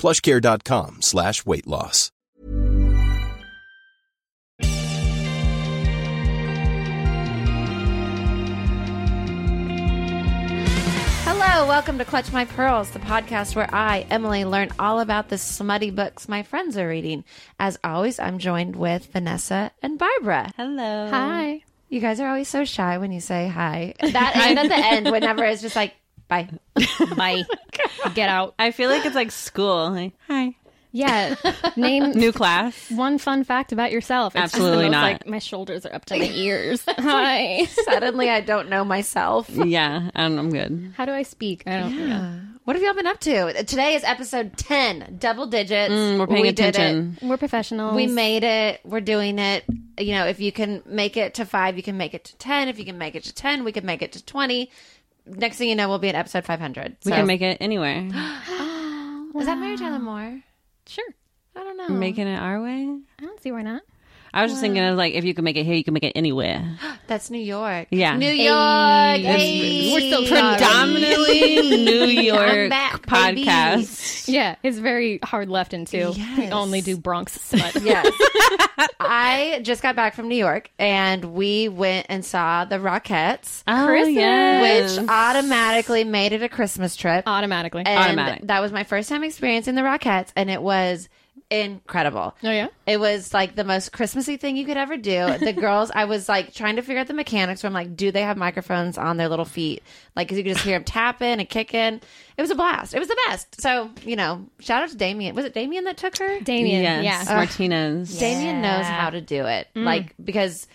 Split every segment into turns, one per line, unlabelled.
plushcare.com slash weight loss.
Hello, welcome to Clutch My Pearls, the podcast where I, Emily, learn all about the smutty books my friends are reading. As always, I'm joined with Vanessa and Barbara.
Hello.
Hi. You guys are always so shy when you say hi. That and at the end, whenever it's just like bye.
Bye. Get out. I feel like it's like school. Like, hi.
Yeah. Name
New class.
one fun fact about yourself. It's just the
Absolutely
most,
not.
Like my shoulders are up to the ears. Hi.
Suddenly, I don't know myself.
yeah, and I'm good.
How do I speak? I don't know.
What have y'all been up to? Today is episode ten, double digits.
Mm, we're paying
we did it.
attention.
We're professionals.
We made it. We're doing it. You know, if you can make it to five, you can make it to 10. If you can make it to 10, we can make it to 20. Next thing you know, we'll be at episode 500.
We
So-
can make it anywhere.
Is that Mary Tyler Moore?
sure.
I don't know.
Making it our way.
I don't see why not.
I was just thinking of like if you can make it here, you can make it anywhere.
That's New York.
Yeah.
New York. hey.
We're still
Predominantly New York
back, baby.
podcast.
Yeah, it's very hard left into. We
Yes.
only do Bronx smut.
Yes. I just got back from New York and we went and saw the Rockettes,
Oh,
Christmas.
yes.
which automatically made it a Christmas trip.
Automatically.
and
Automatic.
that was my first time experiencing the Rockettes, and it was incredible.
Oh, yeah?
it was like the most Christmassy thing you could ever do. The girls, I was like trying to figure out the mechanics. Where I'm like, do they have microphones on their little feet? Like, 'cause you could just hear them tapping and kicking. It was a blast. It was the best. So you know, shout out to Damien. Was it Damien that took her?
Damien.
Yes,
Yeah.
Martinez.
Damien knows how to do it.
Mm.
Like because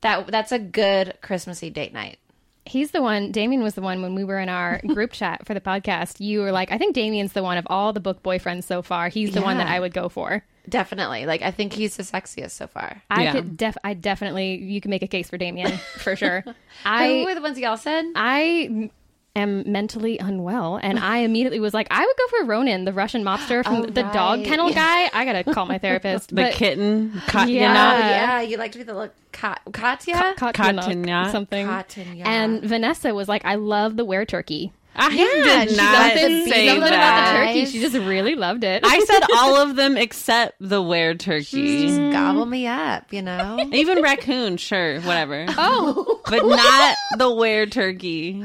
that that's a good Christmassy date night.
Uh, He's the one, Damien was the one when we were in our group chat for the podcast. You were like, I think Damien's the one of all the book boyfriends so far. He's the one that
Yeah.
I would go for.
Definitely. Like I think he's the sexiest so far.
I
Yeah.
could def I definitely you can make a case for Damien for sure.
Who
I
were the ones y'all said?
I am mentally unwell and I immediately was like, I would go for Ronan, the Russian mobster from
Oh,
the dog
right.
kennel guy. I gotta call my therapist.
The kitten. Kat-
Oh,
Yeah.
yeah, you like to be the little Ka- Katya.
Kat-
Katya.
something.
Katya.
And Vanessa was like, I love the were turkey.
I
Yeah,
did
she
not
doesn't
Something,
say
something about
that.
the turkey. She just really loved it.
I said all of them except the were turkey.
gobble me up, you know?
Even raccoon, sure, whatever.
oh,
But not the were turkey.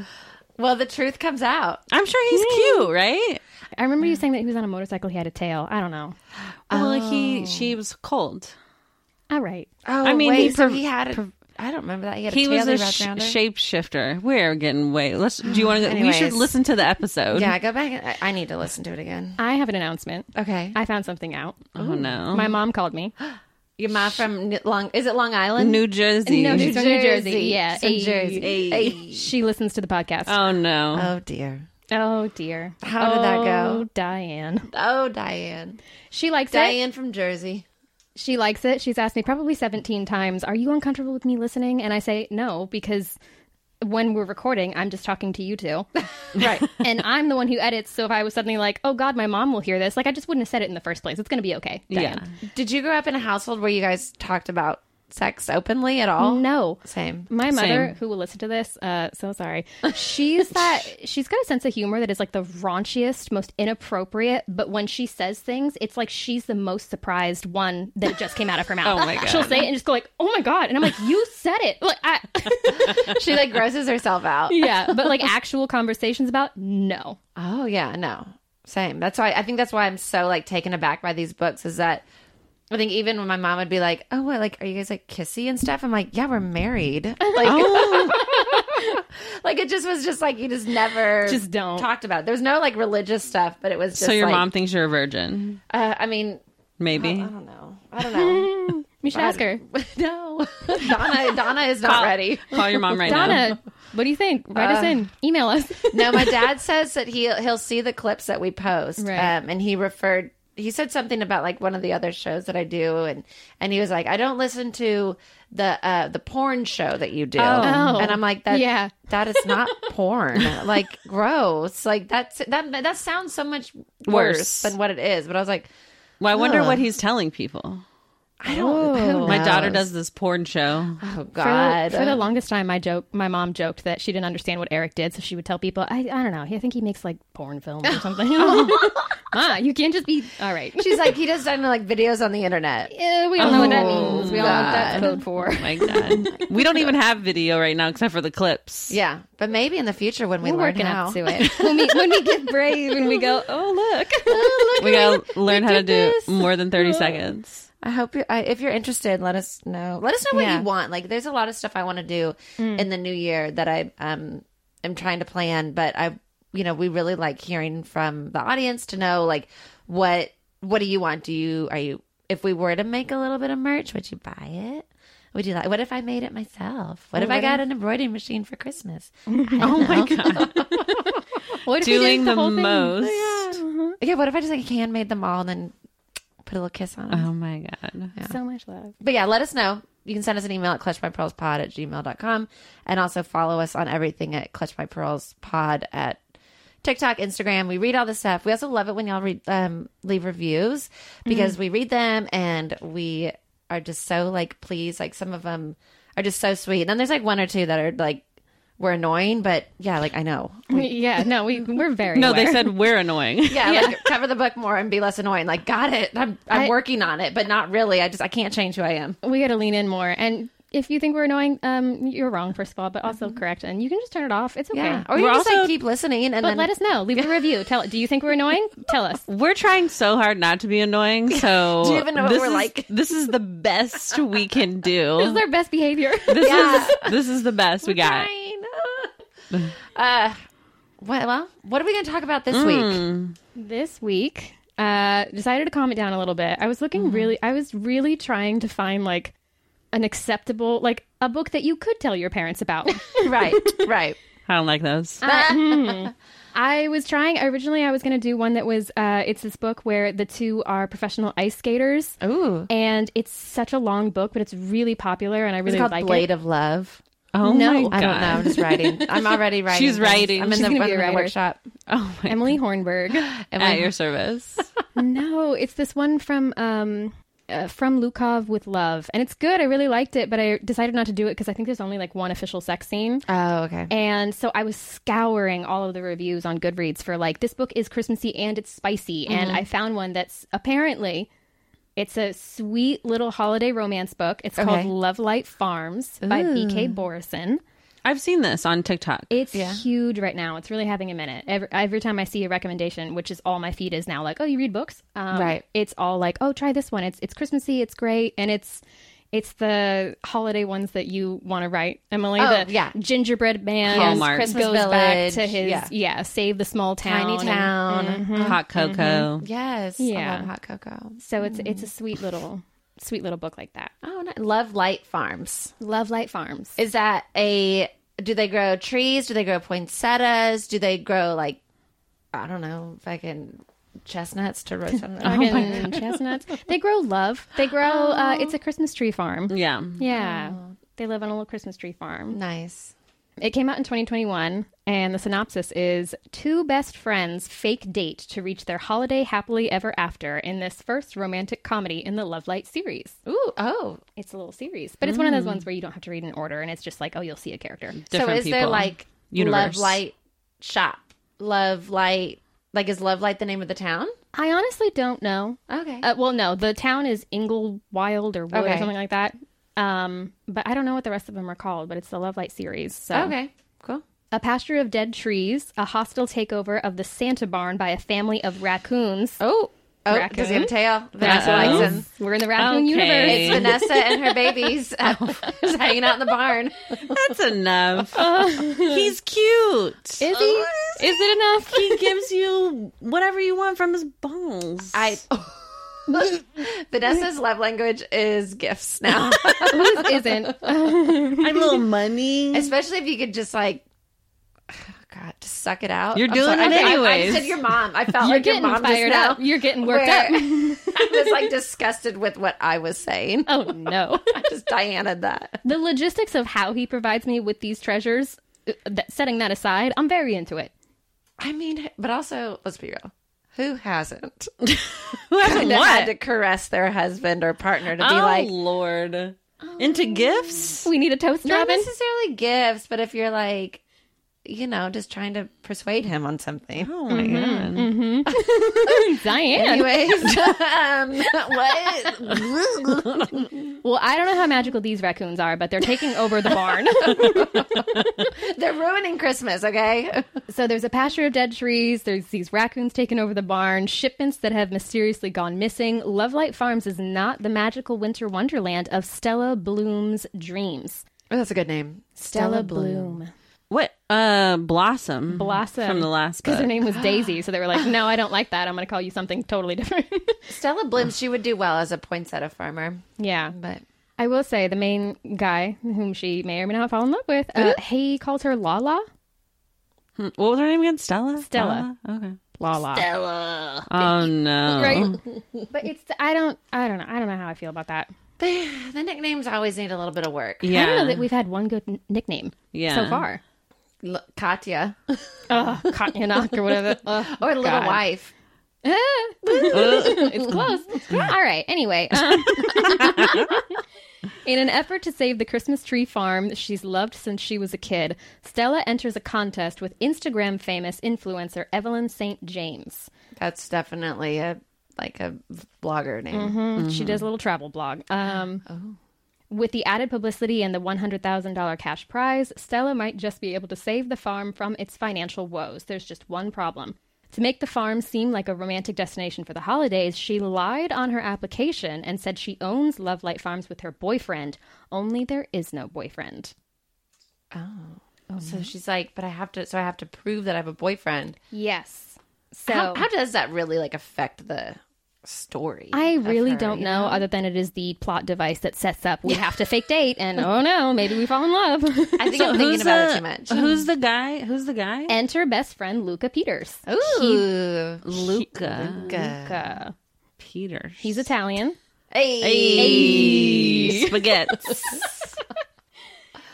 well, the truth comes out.
I'm sure he's cute, right?
I remember you saying that he was on a motorcycle. He had a tail. I don't know.
Well, he she was cold.
All right.
Oh,
I mean,
wait,
he
so
prov-
he had a. I don't remember that. He had
He
a tail
was a
he wrapped
sh-
around her.
shapeshifter. We're getting way. Let's. Do you want to? We should
Anyways.
listen to the episode.
Yeah, go back. and- I, I need to listen to it again.
I have an announcement.
Okay.
I found something out.
Oh no.
My mom called me.
Your mom from N- Long. Is it Long Island?
New Jersey.
No,
New
she's from New Jersey.
Jersey.
Yeah.
She's from
Ay.
Jersey. Ay.
She listens to the podcast.
oh no.
Oh, dear.
Oh dear.
How did that
Oh,
go?
Diane.
Oh, Diane.
She likes it.
Diane from Jersey.
She likes it. She's asked me probably 17 times, "Are you uncomfortable with me listening?" And I say, "No," because when we're recording, I'm just talking to you two.
Right.
and I'm the one who edits. So if I was suddenly like, oh God, my mom will hear this, like I just wouldn't have said it in the first place. It's going to be okay. Diane.
Did you grow up in a household where you guys talked about sex openly at all?
No.
Same.
My mother, who will listen to this, uh, so sorry. She's that she's got a sense of humor that is like the raunchiest, most inappropriate. But when she says things, it's like she's the most surprised one that it just came out of her mouth.
Oh my God.
She'll say it and just go like, "Oh my god!" And I'm like, "You said it!" Like, I,
She like grosses herself out.
yeah. But like actual conversations about no.
Oh yeah, no. Same. That's why I think that's why I'm so like taken aback by these books is that I think even when my mom would be like, "Oh, what? Like, are you guys like kissy and stuff?" I'm like, "Yeah, we're married." Like,
Oh.
like it just was just like you just never
Just don't.
talked about. It. There was no like religious stuff, but it was just
so your
like,
mom thinks you're a virgin,
Uh, I mean,
maybe.
I don't know. I don't know.
You should ask her,
no, Donna. Donna is not ready.
Call your mom right now.
Donna. What do you think? Write
Uh,
us in. Email us.
No, my dad says that he he'll see the clips that we post,
Right.
um, and he referred. He said something about like one of the other shows that I do, and and he was like, "I don't listen to the uh, the porn show that you do," and I'm like, "That
Oh. Yeah.
that is not porn. Like gross. Like that's that that sounds so much worse,
Worse.
than what it is." But I was like,
Well, I wonder what he's telling people.
"I don't." who
My daughter
knows?
does this porn show.
Oh
For the-
God.
For the, longest time, my joke, my mom joked that she didn't understand what Eric did, so she would tell people, "I, I don't know. I think he makes like porn films or something." Ma, you can't just be all right.
She's like, he does done like videos on the internet.
Eh, we don't know what that means. We all know what that's code for.
My God, we don't even have video right now except for the clips.
Yeah, but maybe in the future when we
We're
learn
working
how.
up to it. When we when we get brave and we go, "Oh look,
we gotta learn how to do
did this.
more than thirty seconds.
I hope you. I, if you're interested, let us know. Let us know what
Yeah.
you want. Like, there's a lot of stuff I want to do in the new year that I um am trying to plan. But I, you know, we really like hearing from the audience to know like what what do you want? Do you are you if we were to make a little bit of merch, would you buy it? Would you like? What if I made it myself? What if I got an embroidery machine for Christmas?
Oh my God,
What if we did
doing the,
whole thing?
most.
Yeah. What if I just like handmade them all and then put a little kiss on them?
Oh my God.
So much love.
But yeah, let us know. You can send us an email at clutchbypearlspod at gmail.com and also follow us on everything at clutchbypearlspod at TikTok, Instagram. We read all the stuff. We also love it when y'all read, um, leave reviews because we read them and we are just so like pleased. Like some of them are just so sweet. And then there's like one or two that are like, were annoying, but yeah, like I know.
Yeah, no, we we're very
No, they
aware.
said we're annoying.
Yeah, like cover the book more and be less annoying. Like, got it. I'm, I'm
I-
working on it, but not really. I just, I can't change who I am.
we got to lean in more and. If you think we're annoying, um, you're wrong, first of all, but also correct. And you can just turn it off. It's okay.
Yeah. Or you
We're
just like
also-
keep listening and
But
then
let us know. Leave a review. Tell. Do you think we're annoying? Tell us.
We're trying so hard not to be annoying. So
Do you even know what
this
we're
is-
like?
This is the best we can
This
do.
is their best behavior.
this is this is the best we got.
Fine. uh, what, well, what are we going to talk about this week?
this week, uh, decided to calm it down a little bit. I was looking
Mm.
really. I was really trying to find like an acceptable, like a book that you could tell your parents about.
right, right.
I don't like those.
I was trying originally. I was going to do one that was. Uh, it's this book where the two are professional ice skaters.
Ooh.
And it's such a long book, but it's really popular, and I
It's
really
called
like
Blade
it.
of Love.
oh my God.
I don't know. I'm just writing. I'm already writing.
She's
things.
writing.
I'm in
She's
the,
gonna be
I'm
a
in the
writer.
workshop.
Oh my
Emily Hornberg.
At your service.
No, it's this one from um uh, from Lukov with Love, and it's good. I really liked it, but I decided not to do it because I think there's only like one official sex scene.
Oh, okay.
And so I was scouring all of the reviews on Goodreads for like this book is Christmassy and it's spicy, and I found one that's apparently it's a sweet little holiday romance book. It's
Okay.
called Love Light Farms by B.K. Borison.
I've seen this on TikTok.
It's huge right now. It's really having a minute. Every, every time I see a recommendation, which is all my feed is now, like, oh, you read books, um,
Right.
It's all like, oh, try this one. It's it's Christmassy. It's great, and it's it's the holiday ones that you want to write, Emily.
Oh,
the
yeah.
gingerbread man
Hallmark.
goes
Christmas
back
Village,
to his
yeah.
yeah. save the small town,
Tiny
and-
Town.
Hot cocoa.
Yes. I
Yeah.
love hot cocoa.
so it's it's a sweet little sweet little book like that.
Oh, no. Love Light Farms.
Love Light Farms.
Is that a, do they grow trees? Do they grow poinsettias? Do they grow like, I don't know, fucking chestnuts to roast? I don't know.
Uh-huh. Fucking Oh. chestnuts. They grow love. They grow. Uh, it's a Christmas tree farm.
Yeah.
Yeah. They live on a little Christmas tree farm.
Nice.
It came out in 2021, and the synopsis is two best friends fake date to reach their holiday happily ever after in this first romantic comedy in the Lovelight series.
Ooh, oh.
It's a little series, but it's one of
Mm.
those ones where you don't have to read an order, and it's just like, oh, you'll see a character.
so
Different
is there
people.
like Love
Universe.
Light shop? Love Light, like is Love Light the name of the town?
I honestly don't know.
Okay.
Uh, well, no, the town is Inglewild or Wood
Okay.
or something like that. Um, but I don't know what the rest of them are called, but it's the Lovelight series. So.
Okay, cool.
A pasture of dead trees, a hostile takeover of the Santa barn by a family of raccoons.
Oh, oh, does he have a
Raccoon.
tail? Vanessa likes him.
We're in the raccoon
Okay.
universe.
It's Vanessa and her babies just hanging out in the barn.
That's enough. He's cute.
Is he? Is it enough?
he gives you whatever you want from his balls.
I. Vanessa's love language is gifts now,
Whose isn't?
a little money.
especially if you could just like, God, just suck it out.
You're
I'm
doing
sorry.
it
I- I- I,
anyways.
said your mom. I felt
You're
like your
getting
mom
fired
just
up.
now.
You're getting worked
where
up.
I was like disgusted with what I was saying.
Oh no.
I just Diana that.
the logistics of how he provides me with these treasures, uh, that, setting that aside, I'm very into it.
I mean, but also, let's be real. Who hasn't?
Who hasn't
Kinda had
what?
to caress their husband or partner to be
oh
like,
Lord, into gifts.
We need a toast,
not
Robin.
necessarily gifts, but if you're like, you know, just trying to persuade him on something.
Oh my
mm-hmm,
god.
Diane.
Anyways, um, what?
Well, I don't know how magical these raccoons are, but they're taking over the barn.
They're ruining Christmas, okay?
So there's a pasture of dead trees. There's these raccoons taking over the barn. Shipments that have mysteriously gone missing. Lovelight Farms is not the magical winter wonderland of Stella Bloom's dreams.
Oh, that's a good name.
What? Uh, Blossom.
Blossom
from the last
because her
book.
name was Daisy. So they were like, "No, I don't like that. I'm going to call you something totally different."
Stella Bloom, she would do well as a poinsettia farmer,
yeah,
but
I will say the main guy whom she may or may not fall in love with. Uh, he calls her Lala.
What was her name again? Stella.
Stella.
Lala? Okay.
Lala.
Oh no.
Right, but it's I don't I don't know I don't know how I feel about that.
they, the nicknames always need a little bit of work.
I don't know
Yeah.
that we've had one good n- nickname
Yeah.
so far.
L- Katya
Ugh, Cotton Knock or whatever. Ugh.
or Little
God.
Wife.
it's close. All right. Anyway, um, in an effort to save the Christmas tree farm she's loved since she was a kid, Stella enters a contest with Instagram famous influencer Evelyn St. James.
That's definitely a like a blogger name.
She does a little travel blog. Um, With the added publicity and the $100,000 cash prize, Stella might just be able to save the farm from its financial woes. There's just one problem. To make the farm seem like a romantic destination for the holidays, she lied on her application and said she owns Lovelight Farms with her boyfriend, only there is no boyfriend.
Oh. So she's like, but I have to. So I have to prove that I have a boyfriend.
Yes. So
how, how does that really like affect the story?
I
of
really
her,
don't
you
know, other than it is the plot device that sets up we have to fake date and oh no, maybe we fall in love.
I think I'm thinking about it too much.
Who's the guy? Who's the guy?
Enter best friend Luca Peters.
Oh,
Ooh,
Luca.
Luca.
Uh,
Peters.
he's Italian.
Hey.
Hey. Spaghetti.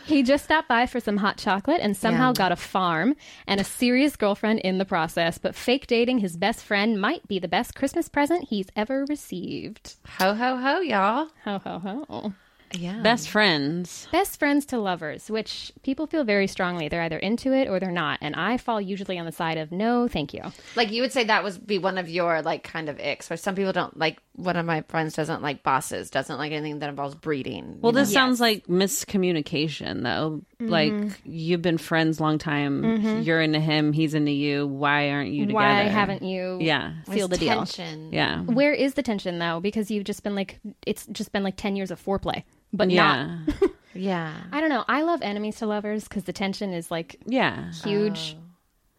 He just stopped by for some hot chocolate and somehow got a farm and a serious girlfriend in the process. But fake dating his best friend might be the best Christmas present he's ever received.
ho ho ho, y'all.
Ho ho ho.
Yeah,
Best friends.
Best friends to lovers, which people feel very strongly. They're either into it or they're not. And I fall usually on the side of no, thank you.
like you would say that was be one of your like kind of icks, where some people don't like. One of my friends doesn't like bosses, doesn't like anything that involves breeding.
Well, this sounds like miscommunication, though.
Mm-hmm.
Like you've been friends long time. You're into him. He's into you. Why aren't you together?
Why haven't you
Yeah.
sealed the deal?
tension.
Yeah.
Where is the tension though? Because you've just been like, it's just been like 10 years of foreplay, but not
Yeah.
Yeah,
I don't know. I love enemies to lovers because the tension is like
Yeah.
huge.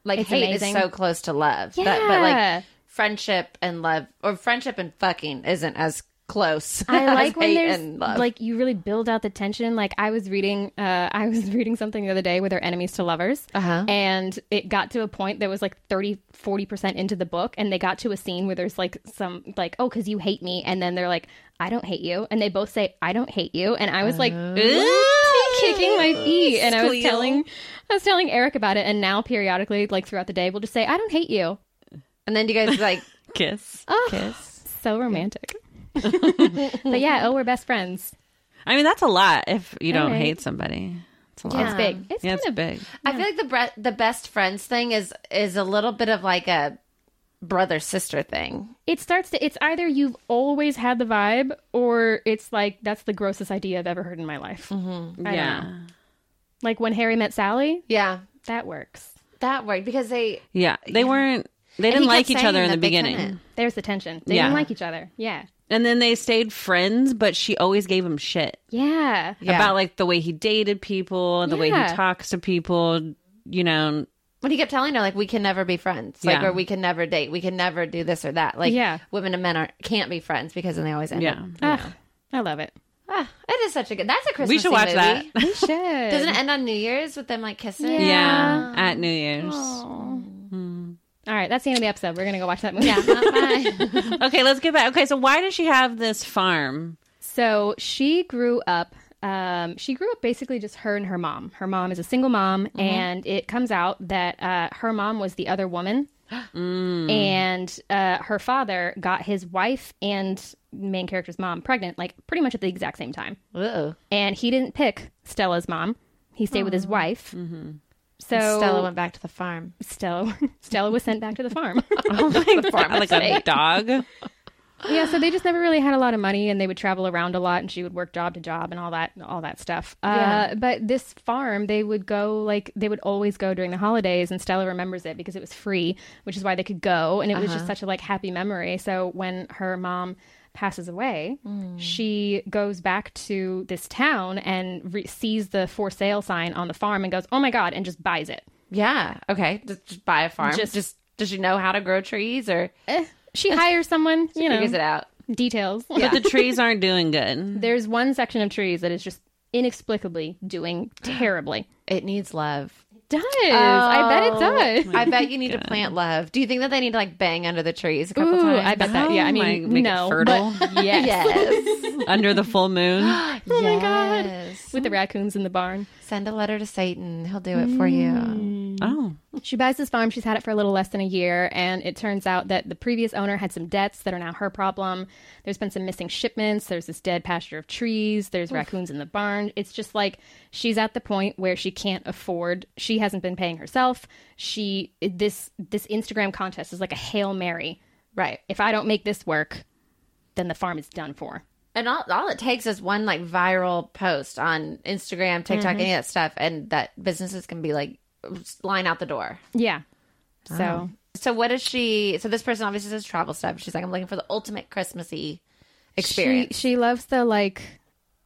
like
It's
hate
amazing.
is so close to love. Yeah. But,
Yeah.
like friendship and love, or friendship and fucking, isn't as close.
I
as
like when
hate
there's
and love.
like you really build out the tension. Like I was reading, uh, I was reading something the other day where they're enemies to lovers,
Uh-huh.
and it got to a point that was like 30, 40 percent into the book, and they got to a scene where there's like some like oh because you hate
Oh.
me, and then they're like I don't hate you, and they both say I don't hate you, and I was like "Ooh, picking my E, and I was
Squeal.
telling, I was telling Eric about it, and now periodically, like throughout the day, we'll just say, "I don't hate you."
And then you guys like
Kiss.
kiss.
So romantic. but yeah, oh, we're best friends.
I mean, that's a lot if you don't
Alright.
hate somebody. It's a lot.
It's big. It's
yeah,
kind
it's
of
big.
I feel like the bre- the best friends thing is is a little bit of like a brother sister thing.
It starts to. It's either you've always had the vibe, or it's like that's the grossest idea I've ever heard in my life.
Mm-hmm. Yeah.
Like when Harry met Sally,
Yeah,
that works.
that worked because they
Yeah. They weren't, they
and he
didn't
kept
like each
saying
other in
that
the
they
beginning.
couldn't.
There's the tension. They
Yeah.
didn't like each other. Yeah,
And then they stayed friends, but she always gave him shit
yeah.
Yeah.
about like the way he dated people, the way
Yeah.
he talks to people, you know.
When he kept telling her like we can never be friends, like
Yeah.
or we can never date, we can never do this or that. Like
Yeah.
women and men are can't be friends because then they always end.
Yeah.
up.
Ugh, I love it.
Ah, it is such a good. That's a Christmas.
we should watch
movie.
that.
We should.
Doesn't it end on New Year's with them like kissing?
Yeah.
yeah. Mm-hmm. At New Year's.
All right, that's the end of the episode. We're gonna go watch that movie.
Yeah, that's fine.
Okay, let's get back. Okay, so why does she have this farm?
So she grew up. Um, she grew up basically just her and her mom. Her mom is a single mom, and it comes out that uh, her mom was the other woman, and uh, her father got his wife and main character's mom pregnant, like pretty much at the exact same time.
Whoa.
And he didn't pick Stella's mom; he stayed with his wife. So
Stella went back to the farm. Oh
Stella, Stella was sent back to the farm.
like a dog.
yeah so they just never really had a lot of money and they would travel around a lot and she would work job to job and all that all that stuff uh, but this farm they would go like they would always go during the holidays and stella remembers it because it was free which is why they could go and it was
Uh-huh.
just such a like happy memory so when her mom passes away
Mm.
she goes back to this town and re- sees the for sale sign on the farm and goes oh my god and just buys it
Yeah. Okay. Just, just buy a farm. Just,
Just-
does she know how to grow trees or
she hires someone you know
Eh. figures it out?
details
But the trees aren't doing good.
There's one section of trees that is just inexplicably doing terribly.
It needs love.
Does I bet it does.
I bet you need to plant love. Do you think that they need to like bang under the trees a couple
Ooh,
times? Oh
I bet that. Yeah, I mean,
Like, make it
no,
fertile?
but yes.
Yes.
Under the full moon.
oh
my God. With the raccoons in the barn,
Send a letter to Satan. He'll do it for
Mm.
you.
Oh.
she buys this farm. She's had it for a little less than a year, and it turns out that the previous owner had some debts that are now her problem. There's been some missing shipments. There's this dead pasture of trees. There's raccoons in the barn. It's just like she's at the point where she can't afford. She hasn't been paying herself. She this this Instagram contest is like a hail mary
Right.
if I don't make this work, then the farm is done for.
And all, all it takes is one like viral post on Instagram, TikTok,
Mm-hmm.
any of that stuff, and that businesses can be like line out the door.
Yeah. So
So what is she? So this person obviously says travel stuff. She's like, I'm looking for the ultimate Christmassy
she
experience.
she loves the like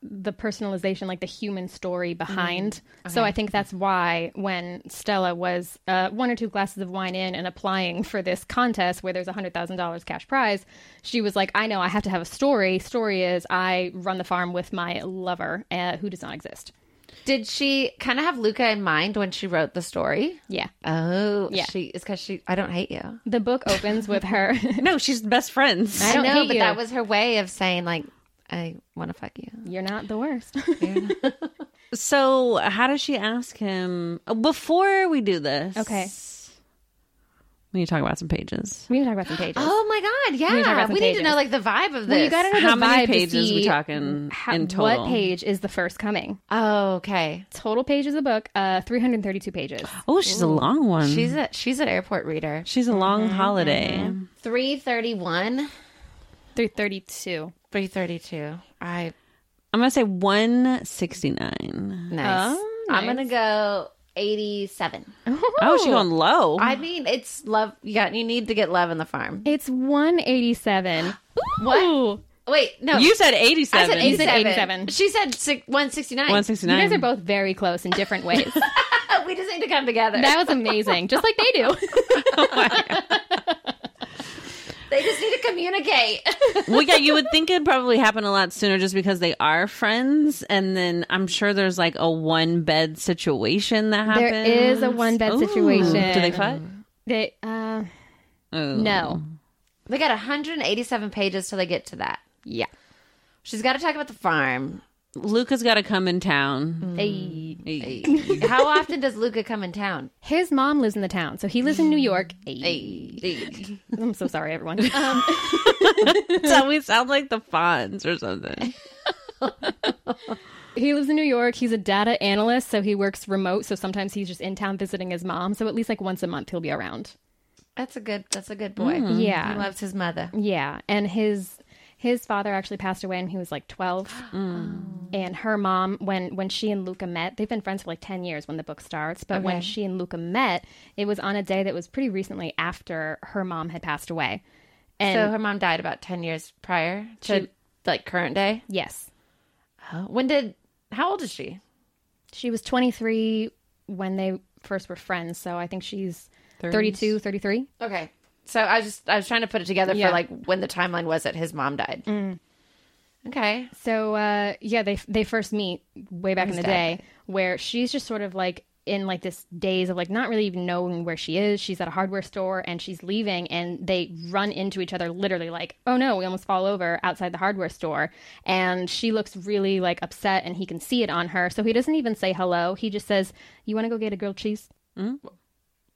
the personalization, like the human story behind.
Mm-hmm.
So I think that's why when Stella was uh, one or two glasses of wine in and applying for this contest where there's a hundred thousand dollars cash prize, she was like, "I know I have to have a story. Story is I run the farm with my lover uh, who does not exist."
Did she kind of have Luca in mind when she wrote the story?
Yeah.
Oh,
Yeah.
She is because she. I don't hate you.
The book opens with her.
No, she's best friends.
I don't
no,
hate
but
you.
that was her way of saying like, I want to fuck you.
You're not the worst.
So, how does she ask him before we do this?
Okay.
We need to talk about some pages.
we need to talk about some pages.
Oh my god,
need to talk
yeah.
about
We
some
need to know like
pages.
the vibe of this.
Well, you gotta know the
How many
vibe to
pages
see
we talking
how-
in total?
What page is the first coming?
Oh, okay.
Total page of the book, uh, 332 pages.
Oh, she's a long one.
She's Mm-hmm. a she's an airport reader.
she's a long holiday.
Three thirty one.
332.
332. I
I'm gonna say 169.
nice.
Oh,
I'm gonna go 87.
Oh, she's going low.
I mean, it's love. You got. You need to get love in the farm.
It's 187.
What?
Ooh.
Wait, no.
you said
I
87.
said 87.
said 87.
She said six, 169.
169.
You guys are both very close in different ways.
Oh, we just need to come together.
that was amazing, just like they do.
they just need to communicate.
well, yeah, you would think it'd probably happen a lot sooner just because they are friends. And then I'm sure there's like a one bed situation that happens.
there is a one bed
Ooh.
situation.
Do they fight?
They, uh,
Oh.
no.
they got 187 pages till they get to that.
Yeah.
She's got to talk about the farm.
Luca's got to come in
Mm.
town.
Mm. Ayy.
Hey.
How often does Luca come in town?
His mom lives in the town, so he lives in New York. Ayy.
Hey.
I'm so sorry, everyone. Um,
so we sound like the Fonz or something.
he lives in New York. He's a data analyst, so he works remote. So sometimes he's just in town visiting his mom. So at least like once a month, he'll be around.
That's a good. That's a good boy.
Mm-hmm.
Yeah.
he loves his mother.
Yeah, and his his father actually passed away when he was like 12. And her mom when when she and Luca met, they've been friends for like 10 years when the book starts, but when she and Luca met, it was on a day that was pretty recently after her mom had passed away. And
so her mom died about ten years prior to
She-
like current day.
yes,
Oh, When did? How old is she?
she was 23 when they first were friends, so I think she's 32, 33.
Okay. So I was just I was trying to put it together
Yeah.
for like when the timeline was that his mom died. Okay.
So uh, yeah, they they first meet way back in the
dad
day, where she's just sort of like in like this daze of like not really even knowing where she is. She's at a hardware store and she's leaving, and they run into each other literally like, oh no, we almost fall over outside the hardware store. And she looks really like upset, and he can see it on her. So he doesn't even say hello. He just says, "You want to go get a grilled cheese?"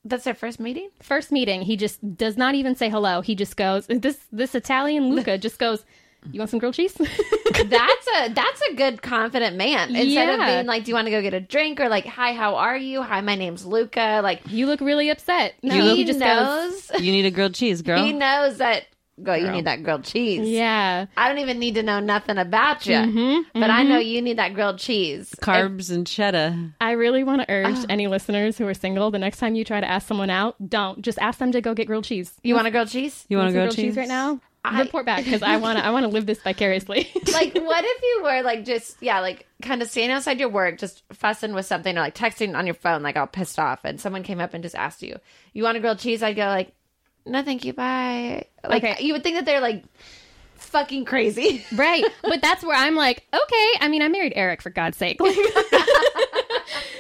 That's their first meeting?
First meeting, he just does not even say hello. He just goes, "This this Italian Luca just goes." You want some grilled cheese?
that's a that's a good confident man. Instead of
Yeah.
being like, Do you want to go get a drink? Or like, hi, how are you? Hi, my name's Luca. Like
you look really upset. No,
he
he just goes,
knows
You need a grilled cheese, girl.
he knows that Oh. girl, you need that grilled cheese.
Yeah.
I don't even need to know nothing about you. but I know you need that grilled cheese.
Carbs and cheddar.
I really want to urge any listeners who are single the next time you try to ask someone out, don't. Just ask them to go get grilled cheese.
You want a grilled cheese?
You want to
Some
grilled
grilled cheese? right now?
I-
Report back because I want to. I want to live this vicariously.
like what if you were like just yeah like kind of standing outside your work just fussing with something or like texting on your phone like all pissed off and someone came up and just asked you you want a grilled cheese i'd go like no thank you bye like
Okay.
you would think that they're like fucking crazy
right, but that's where I'm like, okay. I mean, I married Eric for God's sake. Like,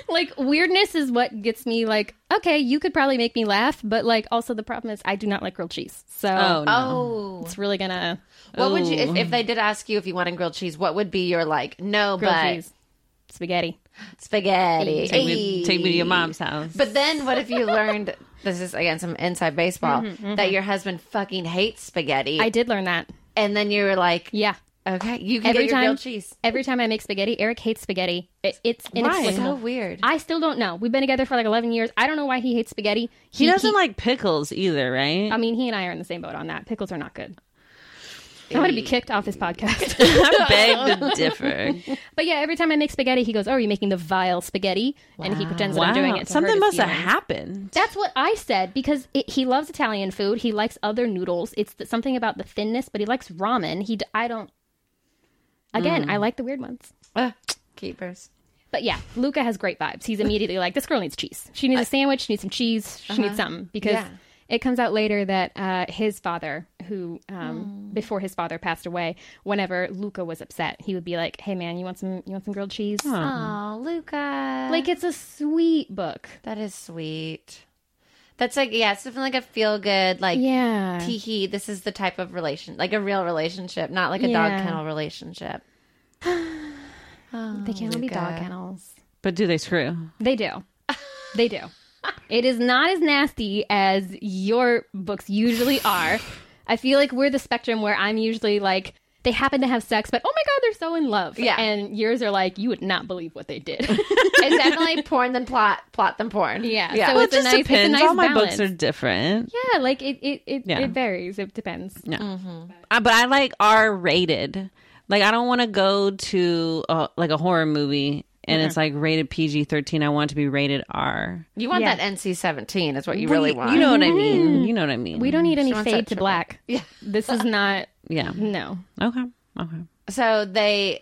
like, weirdness is what gets me. Like, okay, you could probably make me laugh, but like also the problem is I do not like grilled cheese, so
Oh, no.
oh
it's really gonna
what would you if, if they did ask you if you wanted grilled cheese what would be your like no
grilled
but
cheese, spaghetti.
spaghetti
Take, me, take me to your mom's house.
But then what if you learned this is again some inside baseball that your husband fucking hates spaghetti
I did learn that.
and then you were like
Yeah.
okay you can
Every
get your
time,
grilled cheese
every time I make spaghetti, Eric hates spaghetti. It, it's
It's
inexplicable.
so weird.
I still don't know. We've been together for like eleven years. I don't know why he hates spaghetti.
he doesn't like pickles either, right?
I mean, he and I are in the same boat on that. Pickles are not good. I'm gonna be kicked off his podcast.
I beg to differ.
but yeah, every time I make spaghetti, he goes, "Oh, are you making the vile spaghetti?" And he pretends that I'm doing
Wow.
it. to hurt
Something
his
must have
feelings.
happened.
That's what I said because it, he loves Italian food. He likes other noodles. It's th- something about the thinness, but he likes ramen. He, d- I don't. Again,
Mm.
I like the weird ones.
Keepers.
But yeah, Luca has great vibes. He's immediately like, this girl needs cheese. She needs a sandwich. She needs some cheese. She needs something because
Uh, Uh-huh. Yeah.
it comes out later that uh, his father, who um, before his father passed away, whenever Luca was upset, he would be like, "Hey man, you want some? You want some grilled cheese?"
Oh, Luca.
Like it's a sweet book.
that is sweet. That's like yeah, it's definitely like a feel good like
Yeah.
tee hee. This is the type of relation, like a real relationship, not like a
Yeah.
dog kennel relationship.
they can't all be dog
Luca.
kennels.
But do they screw?
They do. They do. it is not as nasty as your books usually are. I feel like we're the spectrum where I'm usually like, they happen to have sex, but oh my God, they're so in love.
Yeah.
And yours are like, you would not believe what they did.
It's definitely porn than plot, plot than porn.
Yeah,
yeah.
so
Well, it
it's a
just
nice- it's a
depends.
nice
All my books
balance.
are different.
yeah, like it, it, it,
Yeah.
it varies. It depends.
No. Uh, but I like R rated. Like I don't want to go to uh, like a horror movie and it's like rated PG thirteen. I want it to be rated R.
you want
Yeah.
that NC seventeen is what you really want.
You know what I mean? You know what I mean?
We don't need any
wants
fade
that
to
triple.
black. Yeah. This is not,
Yeah.
no.
Okay. Okay.
so they,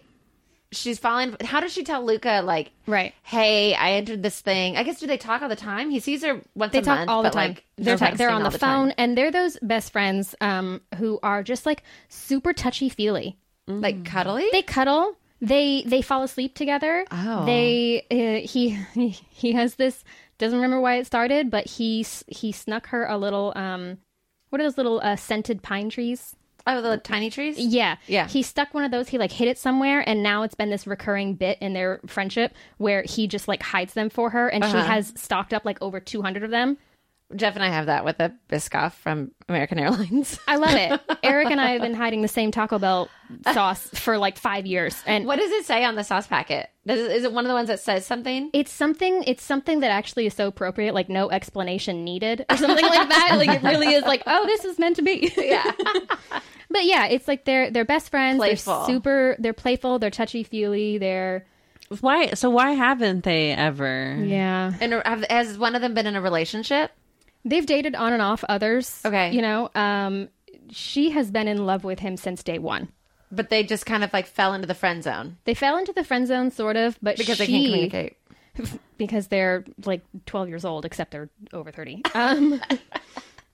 she's falling. How does she tell Luca like?
Right.
Hey, I entered this thing. I guess do they talk all the time? He sees her once
They
a
talk
month,
all the
but,
time.
Like,
they're
texting
they're on
all
the,
time.
phone, and they're those best friends um, who are just like super touchy feely.
like cuddly.
they cuddle they they fall asleep together
Oh.
they uh, he he has this doesn't remember why it started but he s- he snuck her a little um what are those little uh, scented pine trees
Oh, the tiny trees.
Yeah.
Yeah.
He stuck one of those, he like hid it somewhere, and now it's been this recurring bit in their friendship where he just like hides them for her and
Uh-huh.
she has stocked up like over 200 of them.
Jeff and I have that with a Biscoff from American Airlines.
I love it. Eric and I have been hiding the same Taco Bell sauce for like five years. And
what does it say on the sauce packet? Does it, is it one of the ones that says something?
it's something it's something that actually is so appropriate, like no explanation needed or something like that. Like it really is like, oh, this is meant to be. Yeah. but yeah, it's like they're they're best friends.
Playful.
They're super they're playful, they're touchy feely, they're
Why? So why haven't they ever?
Yeah.
And have, has one of them been in a relationship?
They've dated on and off others.
Okay.
You know, um, she has been in love with him since day one.
But they just kind of like fell into the friend zone
They fell into the friend zone, sort of, but
because
she,
they can't communicate.
because they're like 12 years old, except they're over 30. Um,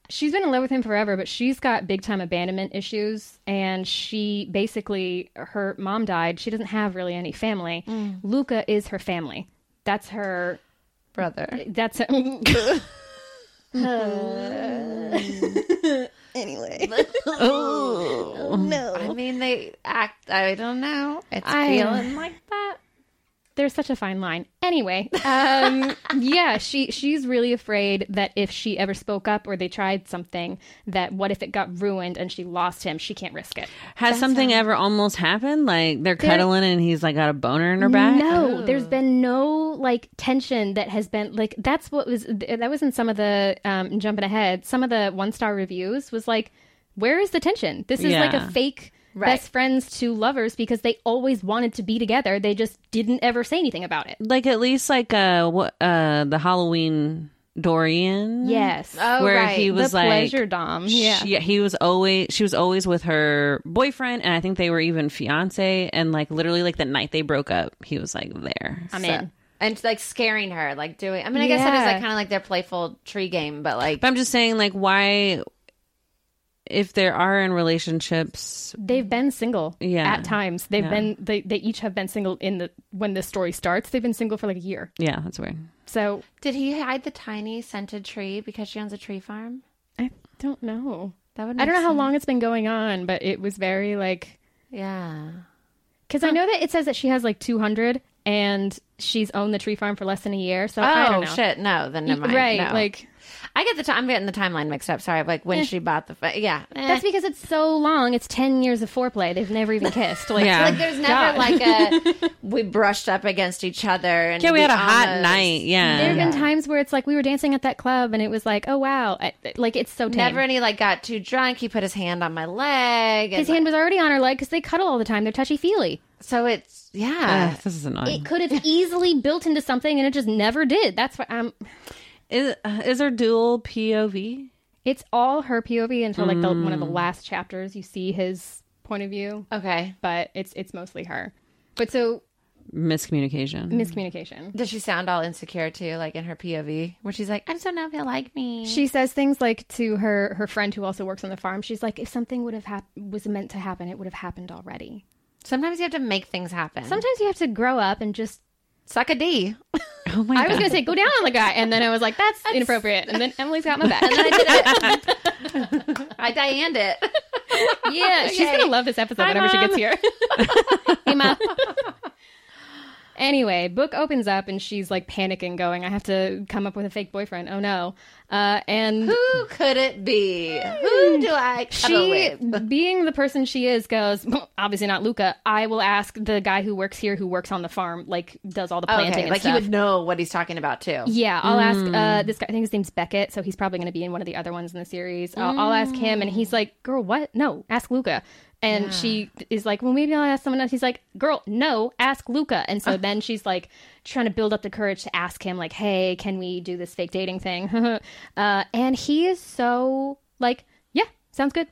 she's been in love with him forever, but she's got big time abandonment issues. And she basically, her mom died. She doesn't have really any family. Luca is her family. That's her.
Brother.
That's her.
I mean, they act. I don't know. It's
I-
feeling like that.
there's such a fine line. Anyway, um, yeah, she she's really afraid that if she ever spoke up or they tried something, that what if it got ruined and she lost him? She can't risk it.
Has something ever almost happened? Like they're cuddling and he's like got a boner in her back.
No, there's
Oh.
been no like tension that has been like that's what was that was in some of the um, jumping ahead. Some of the one star reviews was like, where is the tension? This is like
Yeah.
a fake. Best friends to lovers because they always wanted to be together. They just didn't ever say anything about
Mm.
it.
Like at least like uh what uh the Halloween Dorian.
Yes.
Oh,
where
right.
he was
the
like
pleasure dom. Yeah.
Um, She, he was always she was always with her boyfriend and I think they were even fiance and like literally like the night they broke up he was like there.
I'm
So-
in.
And like scaring her, like doing. I mean, I guess that is
Yeah.
like kind of like their playful tree game, but like
But I'm just saying like why if there are in relationships
They've been single
Yeah.
at times. They've been they, they each have been single in the when this story starts. They've been single for like a year.
yeah that's weird.
So
Did he hide the tiny scented tree because she owns a tree farm?
I don't know.
That would
I don't
make
know how long it's been going on, but it was very like
Yeah.
because I know that it says that she has like 200 and she's owned the tree farm for less than a year. So I don't
Oh
know.
shit! No, then never mind.
Right,
no.
like
I get the time. I'm getting the timeline mixed up. Sorry, like when she bought the. fa- Yeah, Eh.
that's because it's so long. It's ten years of foreplay. They've never even kissed. Like,
Yeah.
like there's never like a we brushed up against each other and
Yeah, we had a hot
almost-
night. Yeah.
there have been times where it's like we were dancing at that club and it was like, oh wow, I, like it's so tame.
Never any like got too drunk. He put his hand on my leg. And,
His hand was already on her leg because they cuddle all the time. They're touchy feely.
so it's yeah.
Ugh, this is annoying.
Mm.
It could have easily built into something, and it just never did. That's why I'm.
Is is there dual POV?
It's all her POV until like the, one of the last chapters. You see his point of view,
okay.
but it's it's mostly her. But so
Miscommunication.
miscommunication.
Does she sound all insecure too, like in her POV, where she's like, "I just don't know if he'll like me."
She says things like to her her friend who also works on the farm. She's like, if something would have hap- was meant to happen, it would have happened already.
Sometimes you have to make things happen.
Sometimes you have to grow up and just.
suck a D.
oh my
I was
god.
gonna say go down on the guy, and then I was like, that's, inappropriate. And then Emily's got my back.
I Diane it.
Yeah, she's gonna love this episode whenever she gets here. hey, Mom. anyway, book opens up and she's like panicking, going, "I have to come up with a fake boyfriend. Oh no!" Uh, and
Who could it be? Who do I cuddle
she,
with?
being the person she is, goes, "Well, "Obviously not Luca. I will ask the guy who works here, who works on the farm, like does all the planting
Oh, Okay,
and
like
stuff."
you would know what he's talking about too.
Yeah, I'll
Mm.
ask uh, this guy. I think his name's Beckett, so he's probably going to be in one of the other ones in the series. I'll, I'll ask him, and
Mm.
he's like, "Girl, what? No, ask Luca." And she is like, "Well, maybe I'll ask someone else." He's like, "Girl, no, ask Luca." And
Uh.
so then she's like trying to build up the courage to ask him, like, "Hey, can we do this fake dating thing?" uh, and he is so like, "Yeah, sounds good.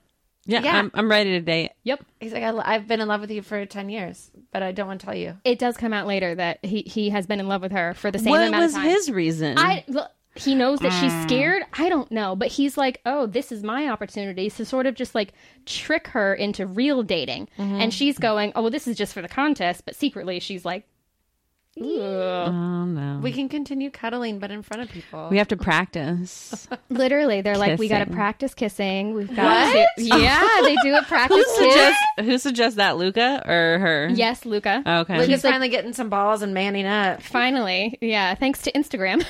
yeah,
yeah.
I'm, I'm ready to date.
Yep."
He's like, I, lo- I've been in love with you for ten years, but I don't want to tell you.
It does come out later that he he has been in love with her for the same
What
amount
was
of time.
his reason?
I well, he knows that
Hmm.
she's scared. I don't know, but he's like, "Oh, this is my opportunity to sort of just like trick her into
Mm-hmm.
real dating." And she's going, "Oh, well, this is just for the contest," but secretly she's like,
Oh
Um.
no.
We can continue cuddling, but in front of people.
We have to practice.
Literally, they're like, we got to
Kissing.
practice kissing. We've got to. Yeah, they do a practice kiss.
Suggest- who suggests Oh. that, Luca or her?
Yes, Luca.
Okay.
Luca's finally getting some balls and manning up.
Finally. Yeah, thanks to Instagram.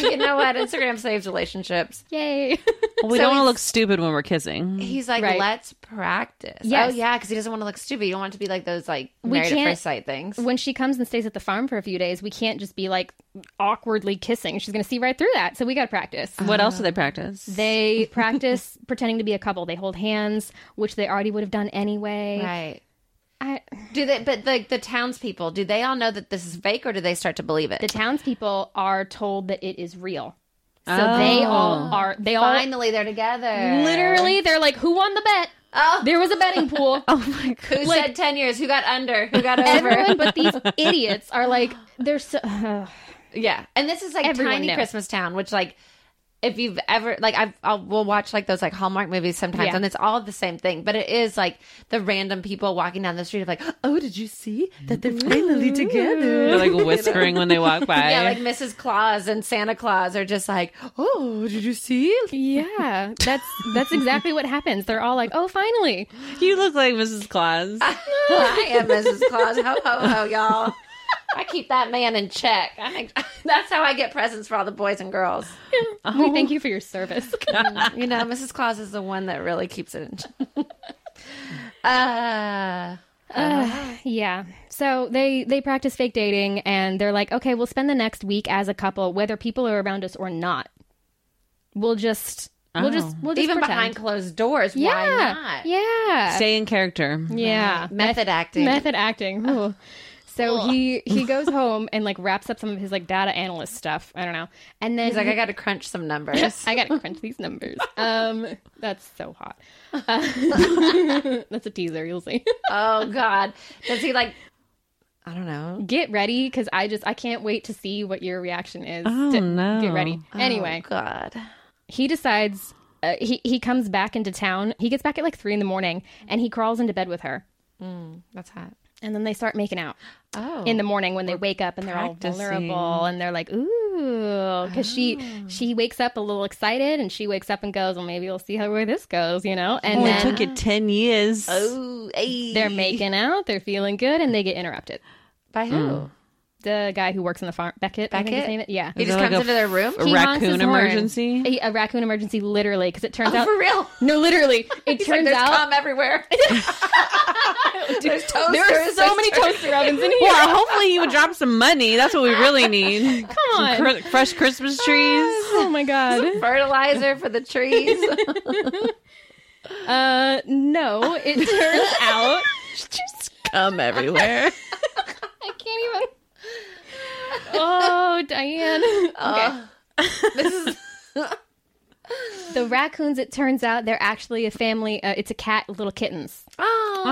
you know what? Instagram saves relationships.
Yay.
we don't want to look stupid when we're kissing.
He's like,
Right.
let's practice.
Yes.
Oh yeah, because he doesn't want to look stupid. You don't want it to be like those like
We
married at
can't-
first sight things.
when she comes and stays at the farm for a few days, we can't just be like awkwardly kissing. She's going to see right through that. So we got to practice.
What else do they practice?
They practice pretending to be a couple. They hold hands, which they already would have done anyway.
right.
I,
Do they? But the the townspeople, do they all know that this is fake, or do they start to believe it?
the townspeople are told that it is real. So they all are. They all
Finally, they're together.
literally. They're like, who won the bet?
Oh.
There was a betting pool. oh my god!
Who said ten years? Who got under? Who got over?
Everyone but these idiots are like, they're so.
Yeah, and this is like
Everyone
tiny
knows.
Christmas town, which like if you've ever like I've, I'll we'll watch like those like Hallmark movies sometimes,
Yeah.
and it's all the same thing, but it is like the random people walking down the street of like, oh, did you see that they're finally together?
They're like whispering when they walk by.
Yeah, like Mrs. Claus and Santa Claus are just like, oh, did you see?
yeah, that's that's exactly what happens. They're all like, oh, finally.
you look like Mrs. Claus.
I am Mrs. Claus. Ho ho ho, y'all. I keep that man in check. I think that's how I get presents for all the boys and girls.
We thank you for your service.
You know, Mrs. Claus is the one that really keeps it in check. Uh,
yeah. So they they practice fake dating and they're like, okay, we'll spend the next week as a couple, whether people are around us or not. We'll just we'll just we'll just
even
pretend.
behind closed doors,
yeah.
why not?
Yeah.
Stay in character.
yeah.
Method acting.
Method acting. Ooh. So he he goes home and like wraps up some of his like data analyst stuff. I don't know. And then
He's like, I got to crunch some numbers.
I gotta crunch these numbers. Um, that's so hot. Uh, that's a teaser. You'll see.
oh God, does he like? I don't know.
Get ready, because I just I can't wait to see what your reaction is.
Oh,
to
no.
Get ready. Anyway,
oh, God.
he decides. Uh, he he comes back into town. He gets back at like three in the morning, and he crawls into bed with her.
Mm, That's hot.
And then they start making out
Oh,
in the morning when they wake up and they're all vulnerable and they're like, ooh, because
Oh.
she she wakes up a little excited and she wakes up and goes, well, maybe we'll see how where this goes, you know. And
Only
then
took it 10 years.
Ooh, ay.
they're making out, they're feeling good, and they get interrupted.
by who?
The guy who works on the farm, Beckett, I think his
Beckett?
name is. Yeah.
He
Is
just
there, like,
comes
a
into their room.
f-
He honks
raccoon
his horn.
emergency?
A, a raccoon emergency, literally, because it turns
Oh,
out.
for real.
No, literally. It
He's like,
turns
there's
out.
cum everywhere. there's toasters.
There are so many toaster ovens in here.
Well, hopefully you would drop some money. That's what we really need. Come
on.
fresh Christmas trees.
oh my god.
fertilizer for the trees.
Uh, no. It turns out.
Just come everywhere.
I can't even. Oh, Diane. Okay. the raccoons. It turns out they're actually a family. Uh, it's a cat, little kittens.
oh,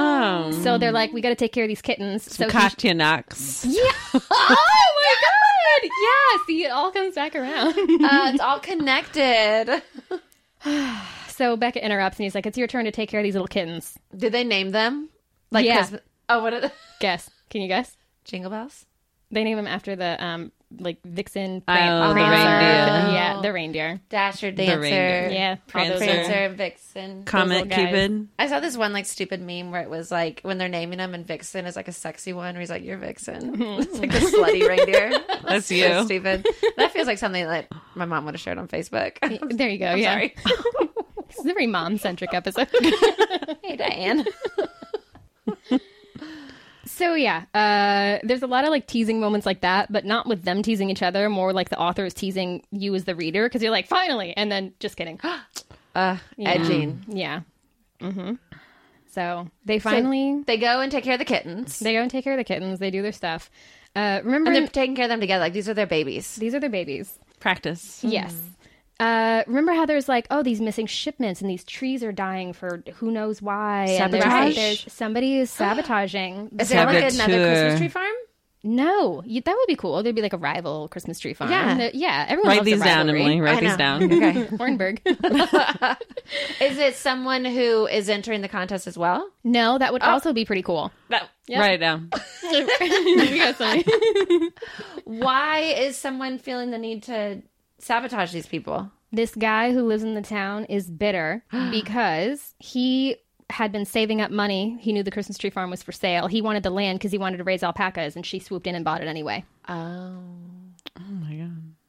Um,
So they're like, we got to take care of these kittens. so he-
Katya Knox.
Yeah. oh my god. Yeah. See, it all comes back around.
uh, it's all connected.
so Becca interrupts and he's like, "It's your turn to take care of these little kittens."
Did they name them? Like
Yeah.
Christmas- Oh, what are the
Guess. Can you guess?
jingle bells?
They name them after the um like vixen.
Oh, the
reindeer.
Yeah, the reindeer.
Dasher, dancer,
reindeer.
Yeah, all
Prancer.
those little-
Prancer, and Vixen.
Comet
guys.
Cupid.
I saw this one like stupid meme where it was like when they're naming them and Vixen is like a sexy one where he's like, You're Vixen. It's like the slutty reindeer.
That's
so
you.
stupid. That feels like something that my mom would have shared on Facebook.
There you go. yeah.
Sorry.
This is a very mom centric episode.
hey Diane.
so yeah, uh, there's a lot of like teasing moments like that, but not with them teasing each other. More like the author is teasing you as the reader because you're like, finally, and then just kidding.
Uh edging.
yeah. Mm-hmm. So they finally
They go and take care of the kittens.
they go and take care of the kittens. They do their stuff. Uh, remember,
and they're taking care of them together. Like these are their babies.
these are their babies.
Practice.
Yes.
Hmm.
Uh, remember how there's like, oh, these missing shipments and these trees are dying for who knows why. And there's-
Sabotage?
there's- somebody is sabotaging.
Is there like another
Saboteur.
Christmas tree farm?
No, you, that would be cool. There'd be like a rival Christmas tree farm.
Yeah.
There- yeah. Everyone
Write
loves a
these down,
rivalry.
Emily. Write
I
these
know.
down.
Okay.
Hornberg.
Is it someone who is entering the contest as well? Oh.
no, that would also be pretty cool.
Write it down.
you got something.
Why is someone feeling the need to sabotage these people?
this guy who lives in the town is bitter because he had been saving up money. He knew the Christmas tree farm was for sale. He wanted the land because he wanted to raise alpacas, and she swooped in and bought it anyway.
Oh.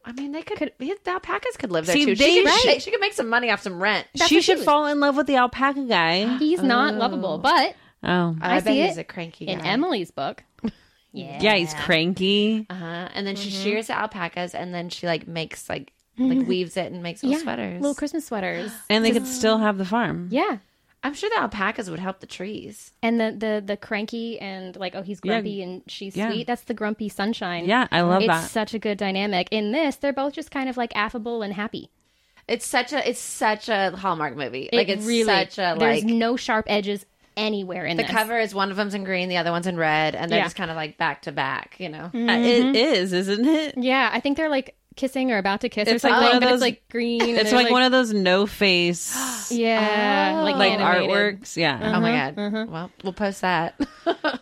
I mean, they could, his alpacas could live there
See,
too.
they-
she, could,
Right.
she, she could make some money off some rent.
she should fall in love with the alpaca guy.
He's not lovable, but
Oh,
I, bet
see
he's
it
a cranky guy.
in Emily's book, yeah,
yeah, he's cranky.
Uh-huh. And then she shears the alpacas, and then she like makes like like weaves it and makes Mm-hmm. little sweaters.
little Christmas sweaters.
And they could still have the farm.
Yeah,
I'm sure the alpacas would help the trees.
and the the the cranky and like oh he's grumpy and she's
Yeah.
sweet. That's the grumpy sunshine.
Yeah, I love
it's
that.
such a good dynamic. In this, they're both just kind of like affable and happy.
It's such a it's such a Hallmark movie.
It
like it's
really,
such a like
there's no sharp edges anywhere in
the
this.
cover is one of them's in green, the other one's in red, and they're
Yeah.
just kind of like back to back, you know.
Uh,
Mm-hmm.
It is, isn't it?
Yeah, I think they're like kissing or about to kiss
It's
or
like
something.
one of
but
those-
it's like green. and
It's
they're,
like, one of those no face
yeah, like,
like
animated.
artworks. Yeah.
Oh my god. Well, we'll post that.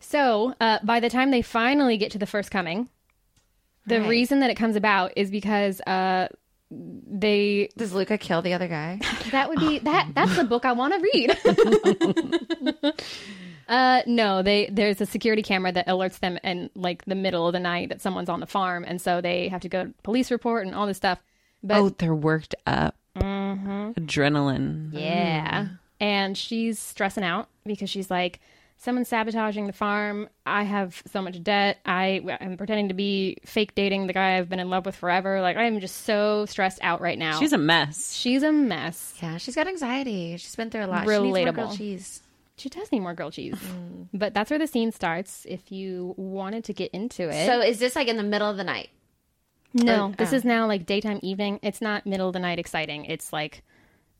So uh, by the time they finally get to the first coming, the
Right.
reason that it comes about is because uh, they
Does Luca kill the other guy?
that would be that that's the book I want to read. Uh, no, they there's a security camera that alerts them in like the middle of the night that someone's on the farm, and so they have to go to police report and all this stuff. But
Oh, they're worked up.
Mm-hmm.
Adrenaline.
Yeah. And she's stressing out because she's like, someone's sabotaging the farm. I have so much debt. I am pretending to be fake dating the guy I've been in love with forever. Like, I am just so stressed out right now.
She's a mess.
She's a mess.
Yeah, she's got anxiety. She's been through a lot. She needs more grilled
Relatable.
cheese.
She does need more grilled cheese. But that's where the scene starts if you wanted to get into it. uh,
So is this like in the middle of the night?
no, this is now like daytime, evening. It's not middle of the night exciting. It's like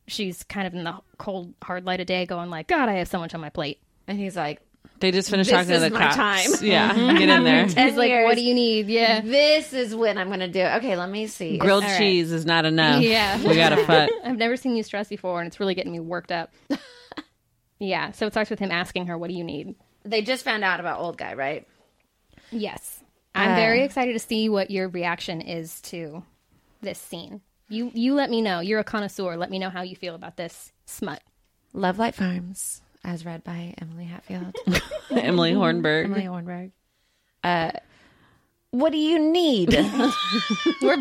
she's kind of in the cold, hard light of day going like, God, I have so much on my plate.
And he's like,
They just finished
This
talking to
is
the
my
cops.
time. Mm-hmm.
Yeah. Get in there.
He's like, what do you need? Yeah.
This is when I'm gonna do. it. Okay, let me see.
Grilled
All right.
cheese is not enough.
Yeah.
We gotta fuck.
I've never seen you stress before, and it's really getting me worked up. yeah. So it starts with him asking her, "What do you need?"
They just found out about old guy, right?
Yes. I'm very excited to see what your reaction is to this scene. You you let me know. You're a connoisseur. Let me know how you feel about this smut.
Love Light Farms, as read by Emily Hatfield,
Emily Hornberg.
Mm-hmm. Emily Ornberg. Uh, what do you need?
We're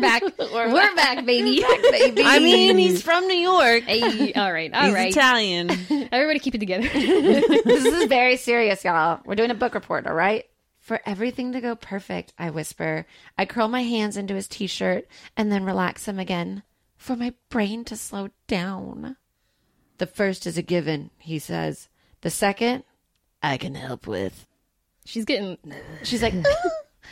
back. We're, back, baby. baby.
I mean, he's from New York.
all right. All
He's
right.
Italian.
Everybody keep it together.
this is very serious, y'all. We're doing a book report, all right? For everything to go perfect, I whisper. I curl my hands into his t shirt and then relax them again for my brain to slow down. The first is a given, he says. The second, I can help with.
She's getting
She's like,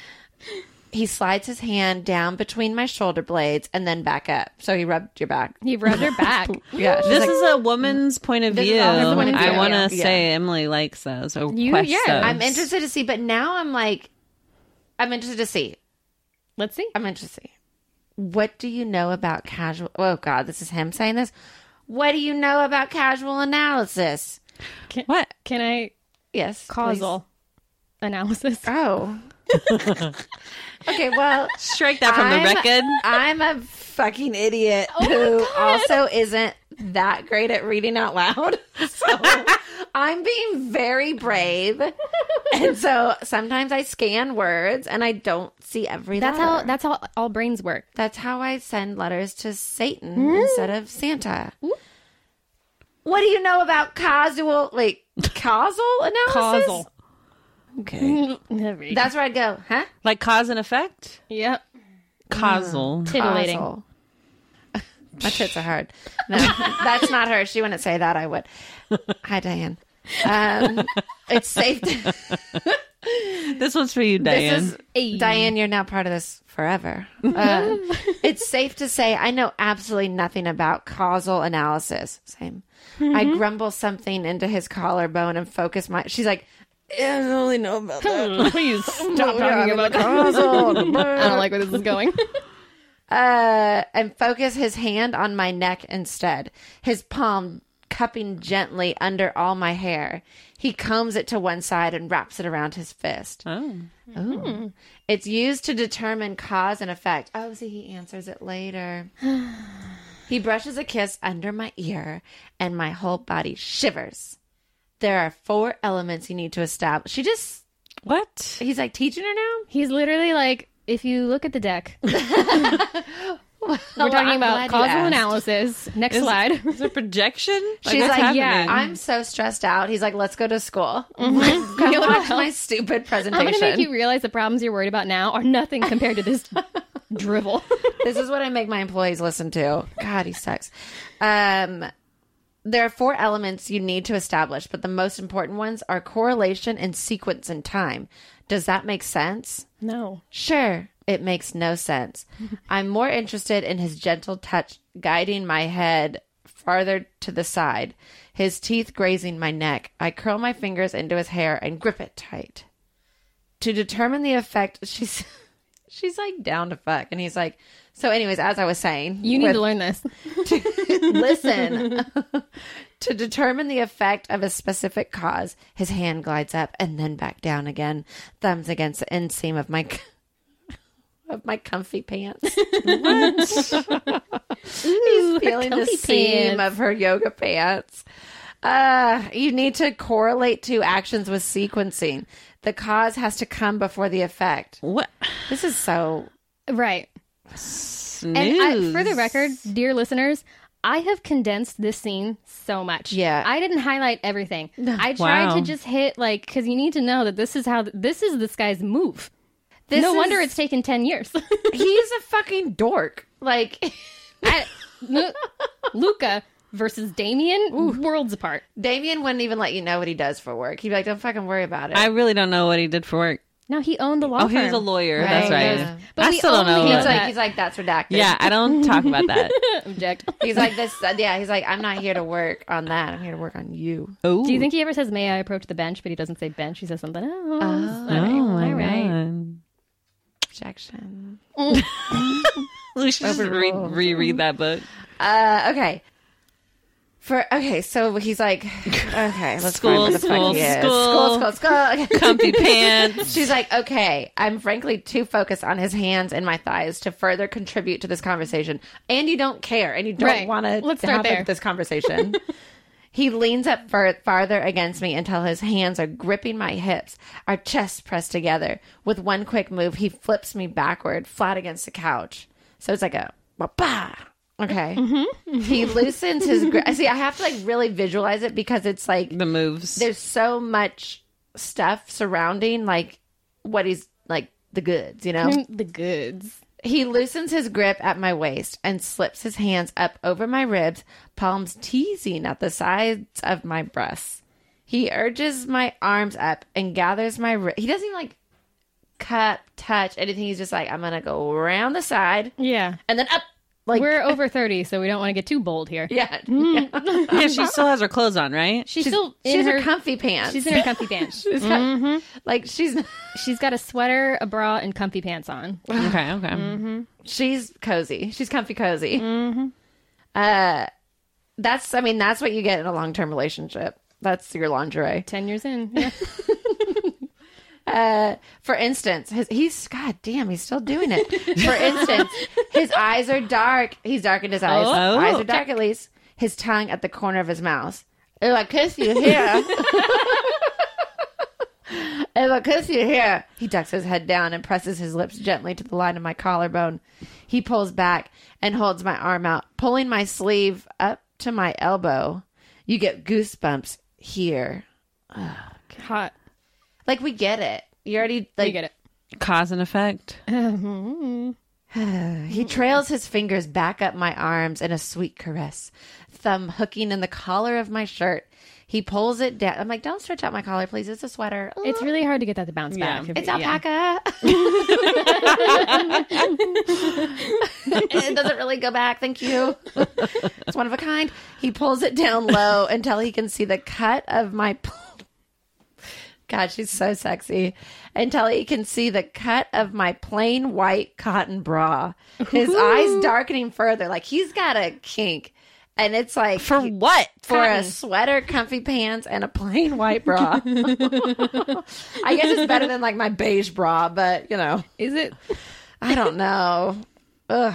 he slides his hand down between my shoulder blades and then back up. So he rubbed your back.
he rubbed her back.
Yeah. she's
This
like,
is a woman's point of
This
view.
is all her point of
I
view,
want
yeah.
to say Emily likes those. Or
You-
requests
yeah,
those.
I'm interested to see, but now I'm like, I'm interested to see.
Let's see.
I'm interested. What do you know about casual? Oh God, this is him saying this. What do you know about casual analysis?
What?
Can I
Yes, please.
causal analysis?
Oh. okay. Well,
Strike that from
I'm-
the record.
I'm a fucking idiot who also isn't that great at reading out loud. So I'm being very brave. And so sometimes I scan words and I don't see every
That's
letter.
how that's how all brains work.
That's how I send letters to Satan instead of Santa. Mm. What do you know about causal, like causal analysis?
Causal.
Okay.
That's
That's where I'd go, huh?
Like cause and effect?
yep.
Causal.
Titillating.
Causal. My tits are hard. No, that's not her. She wouldn't say that. I would. Hi, Diane. Um, it's safe. To-
This one's for you, Diane.
This is Diane. You're now part of this forever. Uh, it's safe to say I know absolutely nothing about causal analysis. Same. I
Mm-hmm.
grumble something into his collarbone and focus my. She's like, "Eh, I don't really know about that.
Please stop
Yeah,
talking about
causal.
I don't like where this is going.
uh, and focus his hand on my neck instead, his palm cupping gently under all my hair. He combs it to one side and wraps it around his fist.
oh.
Ooh. It's used to determine cause and effect. Oh, see, he answers it later. he brushes a kiss under my ear, and my whole body shivers. There are four elements you need to establish. She just,
What?
he's like teaching her now?
He's literally like, if you look at the deck, we're
Well,
talking
I'm
about
glad you
causal
asked.
analysis. Next
Is-
slide.
Is it projection?
She's
what's
like,
happening?
yeah, I'm so stressed out. He's like, let's go to school. Come watch my stupid
I'm going to
presentation.
make you realize the problems you're worried about now are nothing compared to this drivel.
this is what I make my employees listen to. God, he sucks. Um, there are four elements you need to establish, but the most important ones are correlation and sequence in time. Does that make sense?
no.
Sure, it makes no sense. I'm more interested in his gentle touch guiding my head farther to the side, his teeth grazing my neck. I curl my fingers into his hair and grip it tight. To determine the effect, she's she's like down to fuck and he's like so anyways, as I was saying,
You need
with-
to learn this.
Listen. to determine the effect of a specific cause, his hand glides up and then back down again, thumbs against the inseam of my of my comfy pants. He's feeling the
comfy
seam
pants.
of her yoga pants. Uh, you need to correlate two actions with sequencing. The cause has to come before the effect.
What?
This is so
Right.
Snooze.
And I, for the record, dear listeners, I have condensed this scene so much.
Yeah.
I didn't highlight everything. I tried
Wow.
to just hit like because you need to know that this is how this is this guy's move.
this
no
is-
wonder it's taken ten years.
he's a fucking dork. Like
I, Lu- Luca versus Damien, worlds apart.
Damien wouldn't even let you know what he does for work. He'd be like, "Don't fucking worry about it."
I really don't know what he did for work.
No, he owned the law
Oh,
firm.
he was a lawyer.
Right.
That's right.
Yeah.
But
I
we
still don't know.
only-
what-
he's like,
that.
he's like, "That's redacted."
yeah, I don't talk about that.
Object.
he's like this. Yeah, he's like, "I'm not here to work on that. I'm here to work on you."
Oh,
Do you think he ever says, "May I approach the bench"? But he doesn't say bench. He says something else.
Oh
all
my
right.
god!
Objection.
We should just re- reread that book.
Uh, okay. For okay, so he's like, okay, let's
School,
find where the fuck
school,
he is.
school.
school, school, school. Okay.
Comfy pants.
She's like, okay, I'm frankly too focused on his hands and my thighs to further contribute to this conversation. And you don't care, and you don't
Right.
want
Let's
to
start
have
there.
this conversation. he leans up fur- farther against me until his hands are gripping my hips, our chests pressed together. With one quick move, he flips me backward, flat against the couch. So it's like a bah. Okay. He loosens his grip. See, I have to like really visualize it because it's like
The moves.
there's so much stuff surrounding like what he's like the goods, you know?
The goods.
he loosens his grip at my waist and slips his hands up over my ribs, palms teasing at the sides of my breasts. He urges my arms up and gathers my ri- he doesn't even like cup, touch, anything. He's just like, I'm gonna go around the side
Yeah.
and then up like
We're over thirty, so we don't want to get too bold here.
yeah.
yeah, she still has her clothes on, right?
She's, still in
she's
her,
a comfy pants.
She's in her Mm-hmm. comfy pants.
She's got- like she's
She's got a sweater, a bra, and comfy pants on.
Okay, okay.
she's cozy. She's comfy cozy. Uh, that's I mean that's what you get in a long term relationship. That's your lingerie.
Ten years in. Yeah.
For instance, his, he's god damn, he's still doing it. For instance, his eyes are dark. He's darkened his eyes.
Oh.
eyes are dark at least. his tongue at the corner of his mouth. If I kiss you here, if I kiss you here, he ducks his head down and presses his lips gently to the line of my collarbone. He pulls back and holds my arm out, pulling my sleeve up to my elbow. You get goosebumps here.
Hot.
Like we get it. You already like
You get it.
Cause and effect.
He trails his fingers back up my arms in a sweet caress, thumb hooking in the collar of my shirt. He pulls it down. I'm like, don't stretch out my collar, please. It's a sweater.
It's really hard to get that to bounce
Yeah,
back.
it
it's
yeah.
alpaca. it doesn't really go back. Thank you. it's one of a kind. He pulls it down low until he can see the cut of my. God, she's so sexy. Until he can see the cut of my plain white cotton bra. His eyes darkening further. Like he's got a kink. And it's like
For what?
for a sweater, comfy pants, and a plain white bra. I guess it's better than like my beige bra, but you know,
Is it?
I don't know. Ugh.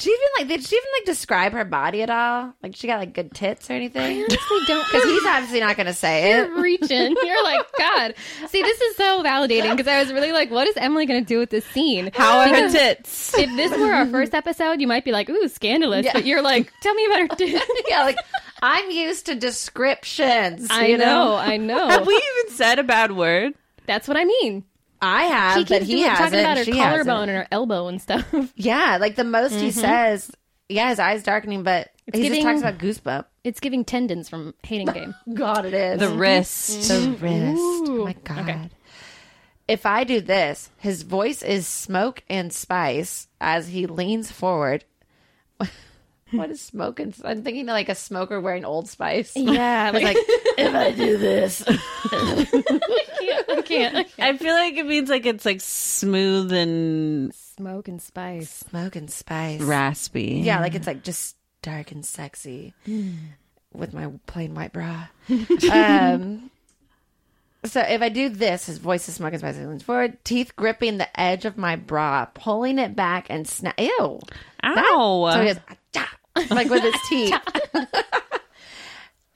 She even like did she even like describe her body at all? Like she got like good tits or anything?
We don't.
Because he's obviously not going to say it.
You're reaching. You're like, God. See, this is so validating because I was really like, what is Emily going to do with this scene?
How are her tits?
If this were our first episode, you might be like, ooh, scandalous. But you're like, tell me about her. dick.
yeah, like I'm used to descriptions.
I
you
know, I
Have
know.
we even said a bad word?
That's what I mean.
I have,
She
Uh, but
keeps
he
doing-
hasn't.
talking about her
she hasn't.
collarbone Mm-hmm. and her elbow and stuff.
Yeah, like the most he says. Yeah, his eyes darkening, but he
giving-
just talks about goosebump.
It's giving tendons from hating game.
God, it is
The wrist.
the wrist. Oh my God. If I do this, his voice is smoke and spice as he leans forward. what is smoke and I'm thinking of like a smoker wearing old spice.
Yeah,
It's like, if I do this,
I can't. I can't.
I feel like it means like it's like smooth and
Smoke and spice.
smoke and spice.
raspy.
Yeah, like it's like just dark and sexy with my plain white bra. um, so if I do this, his voice is smoke and spice. He leans forward, teeth gripping the edge of my bra, pulling it back and snap. Ew.
Ow.
So he goes, "Acha," like with his teeth.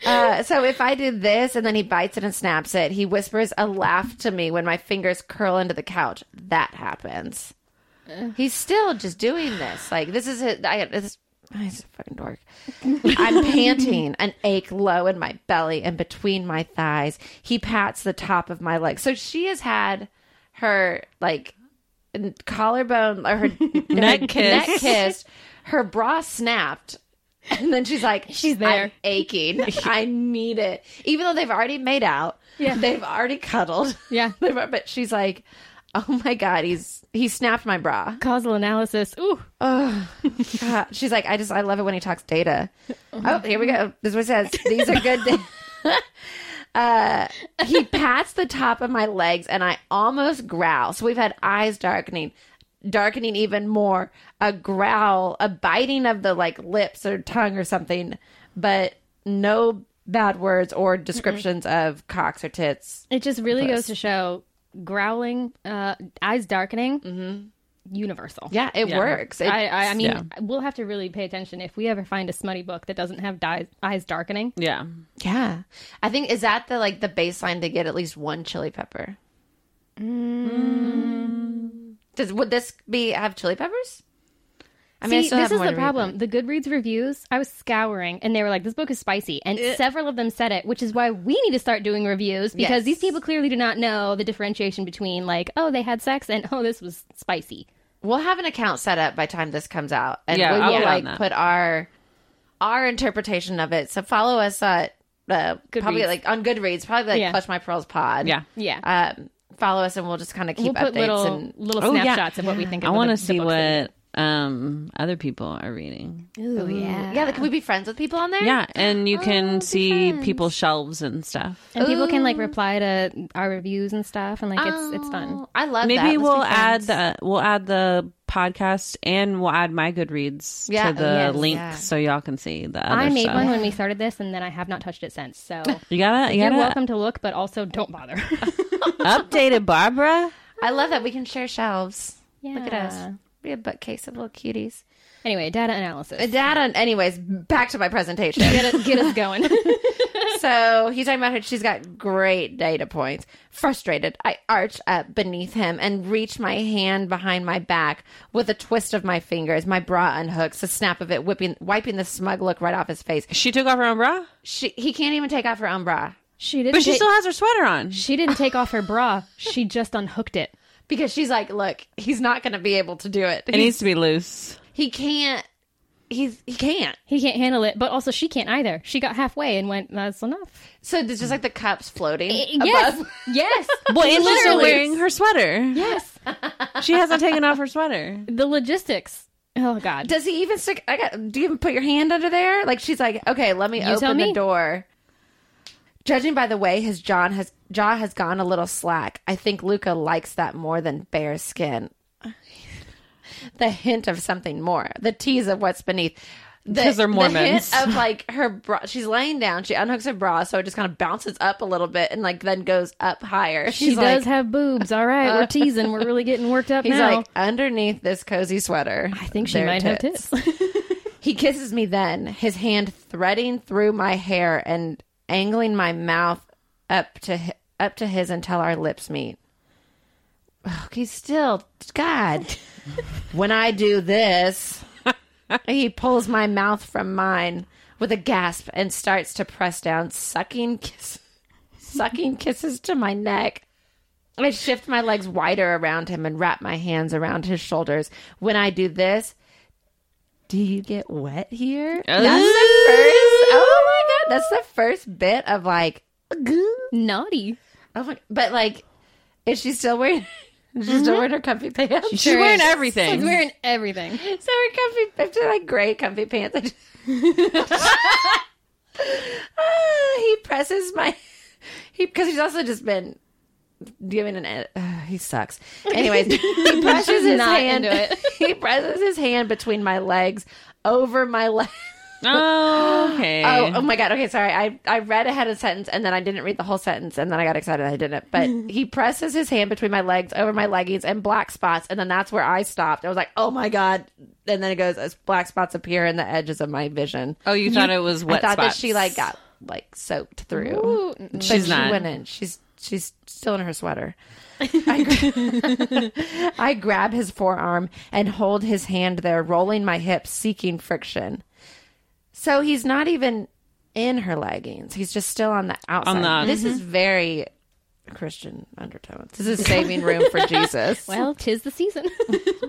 Uh, so if I do this and then he bites it and snaps it, he whispers a laugh to me when my fingers curl into the couch. That happens. He's still just doing this. Like this is his. I, this, he's a fucking dork. I'm panting, an ache low in my belly and between my thighs. He pats the top of my leg. So she has had her like n- collarbone or her
Neck kiss.
neck kissed, her bra snapped, and then she's like,
She's there.
I'm aching. I need it." Even though they've already made out,
Yeah.
they've already cuddled.
Yeah.
They've- but she's like, "Oh my god, he's he snapped my bra."
Causal analysis. Ooh.
God. She's like, "I just I love it when he talks data." Oh, here we go. This is what it says. These are good. da- uh, he pats the top of my legs, and I almost growl. So we've had eyes darkening. Darkening even more, a growl, a biting of the like lips or tongue or something, but no bad words or descriptions of cocks or tits.
It just really goes to show growling, uh, eyes darkening, universal.
Yeah, it works. It-
I, I, I mean, we'll have to really pay attention if we ever find a smutty book that doesn't have di- eyes darkening.
Yeah.
yeah, I think is that the like the baseline to get at least one chili pepper.
Mm.
Does would this be have chili peppers? I mean, I
See,
still
this
have
is
more
the
to read,
problem. The Goodreads reviews, I was scouring, and they were like, "This book is spicy," and
Eh.
several of them said it, which is why we need to start doing reviews because
Yes.
these people clearly do not know the differentiation between like, "Oh, they had sex," and "Oh, this was spicy."
but We'll have an account set up by the time this comes out, and
Yeah,
we
I'll
will
get on
like
that.
put our our interpretation of it. So follow us at uh, probably
Goodreads.
like on Goodreads, probably like
Yeah.
Clutch My Pearls Pod.
Yeah.
Yeah,
um, follow us, and we'll just kind of keep
we'll put
updates
little
and
little
Oh, yeah.
snapshots of what we think.
I
of
want
the-
to
the
see
books that-
what um other people are reading.
Ooh,
Mm.
yeah. oh,
yeah, like, can we be friends with people on there?
Yeah, and you can see people's shelves and stuff.
And people
Oh.
can like reply to our reviews and stuff, and like it's it's fun.
Oh, I love that.
Maybe
Let's be
we'll add
friends.
the we'll add the podcast and we'll add my Goodreads
Yeah,
to the
yes,
link
yeah.
so y'all can see the other
I made
stuff.
one when we started this, and then I have not touched it since. So
You gotta you
you're
gotta
welcome to look, but also don't bother.
update it, Barbara.
I love that we can share shelves. Look at
Yeah.
us. Be a bookcase of little cuties.
Anyway, data analysis.
Data. uh, Anyways, back to my presentation.
Get, us- get us going.
so he's talking about her. She's got great data points. Frustrated, I arch up beneath him and reach my hand behind my back with a twist of my fingers. My bra unhooks, the snap of it whipping, wiping the smug look right off his face.
She took off her own bra,
She, he can't even take off her own bra
she didn't.
but she
ta-
still has her sweater on.
she didn't take off her bra. She just unhooked it.
because she's like, "Look, he's not going to be able to do it.
It needs to be loose.
he can't. He's he can't."
He can't handle it, but also she can't either. She got halfway and went, "That's enough."
So it's just like the cups floating.
Yes,
above.
yes.
Well, and she's still
Literally.
wearing her sweater.
Yes,
She hasn't taken off her sweater.
the logistics. Oh God.
Does he even stick? I got. Do you even put your hand under there? Like she's like, okay, let me
You tell
open
me.
the door. Judging by the way his jaw has jaw has gone a little slack, I think Luca likes that more than bare skin. the hint of something more, the tease of what's beneath. Because
they're Mormons.
The hint of like her bra, she's laying down. She unhooks her bra, so it just kind of bounces up a little bit, and like then goes up higher.
she
She's like-
does have boobs. All right, we're teasing. We're really getting worked up
He's
now.
like underneath this cozy sweater.
I think she might have tits.
He kisses me then, his hand threading through my hair and angling my mouth up to hi- up to his until our lips meet. Ugh, he's still God. when I do this, he pulls my mouth from mine with a gasp and starts to press down, sucking kiss, sucking kisses to my neck. I shift my legs wider around him and wrap my hands around his shoulders. When I do this, do you get wet here? That's the first. Oh my god, that's the first bit of like. Oh
Naughty.
my, but like, is she still wearing? She's still wearing her comfy pants.
She's wearing everything.
She's wearing everything.
So her comfy pants are like gray comfy pants. I just- Ah, he presses my he because he's also just been giving an uh, he sucks. Anyways, he presses his
not
hand.
into it.
He presses his hand between my legs, over my leg.
Oh, okay.
Oh, oh my god. Okay, sorry. I I read ahead of sentence and then I didn't read the whole sentence and then I got excited and I didn't. But he presses his hand between my legs over my leggings and black spots and then that's where I stopped. I was like, "Oh my god." And then it goes as black spots appear in the edges of my vision.
Oh, you thought it was wet
I thought
spots.
that she like got like soaked through. but
She's
she
not.
wouldn't. She's she's still in her sweater. I, gra- I grab his forearm and hold his hand there, rolling my hips, seeking friction. So he's not even in her leggings. He's just still on the outside.
the- Mm-hmm.
this is very Christian undertones. This is saving room for Jesus.
Well, tis the season.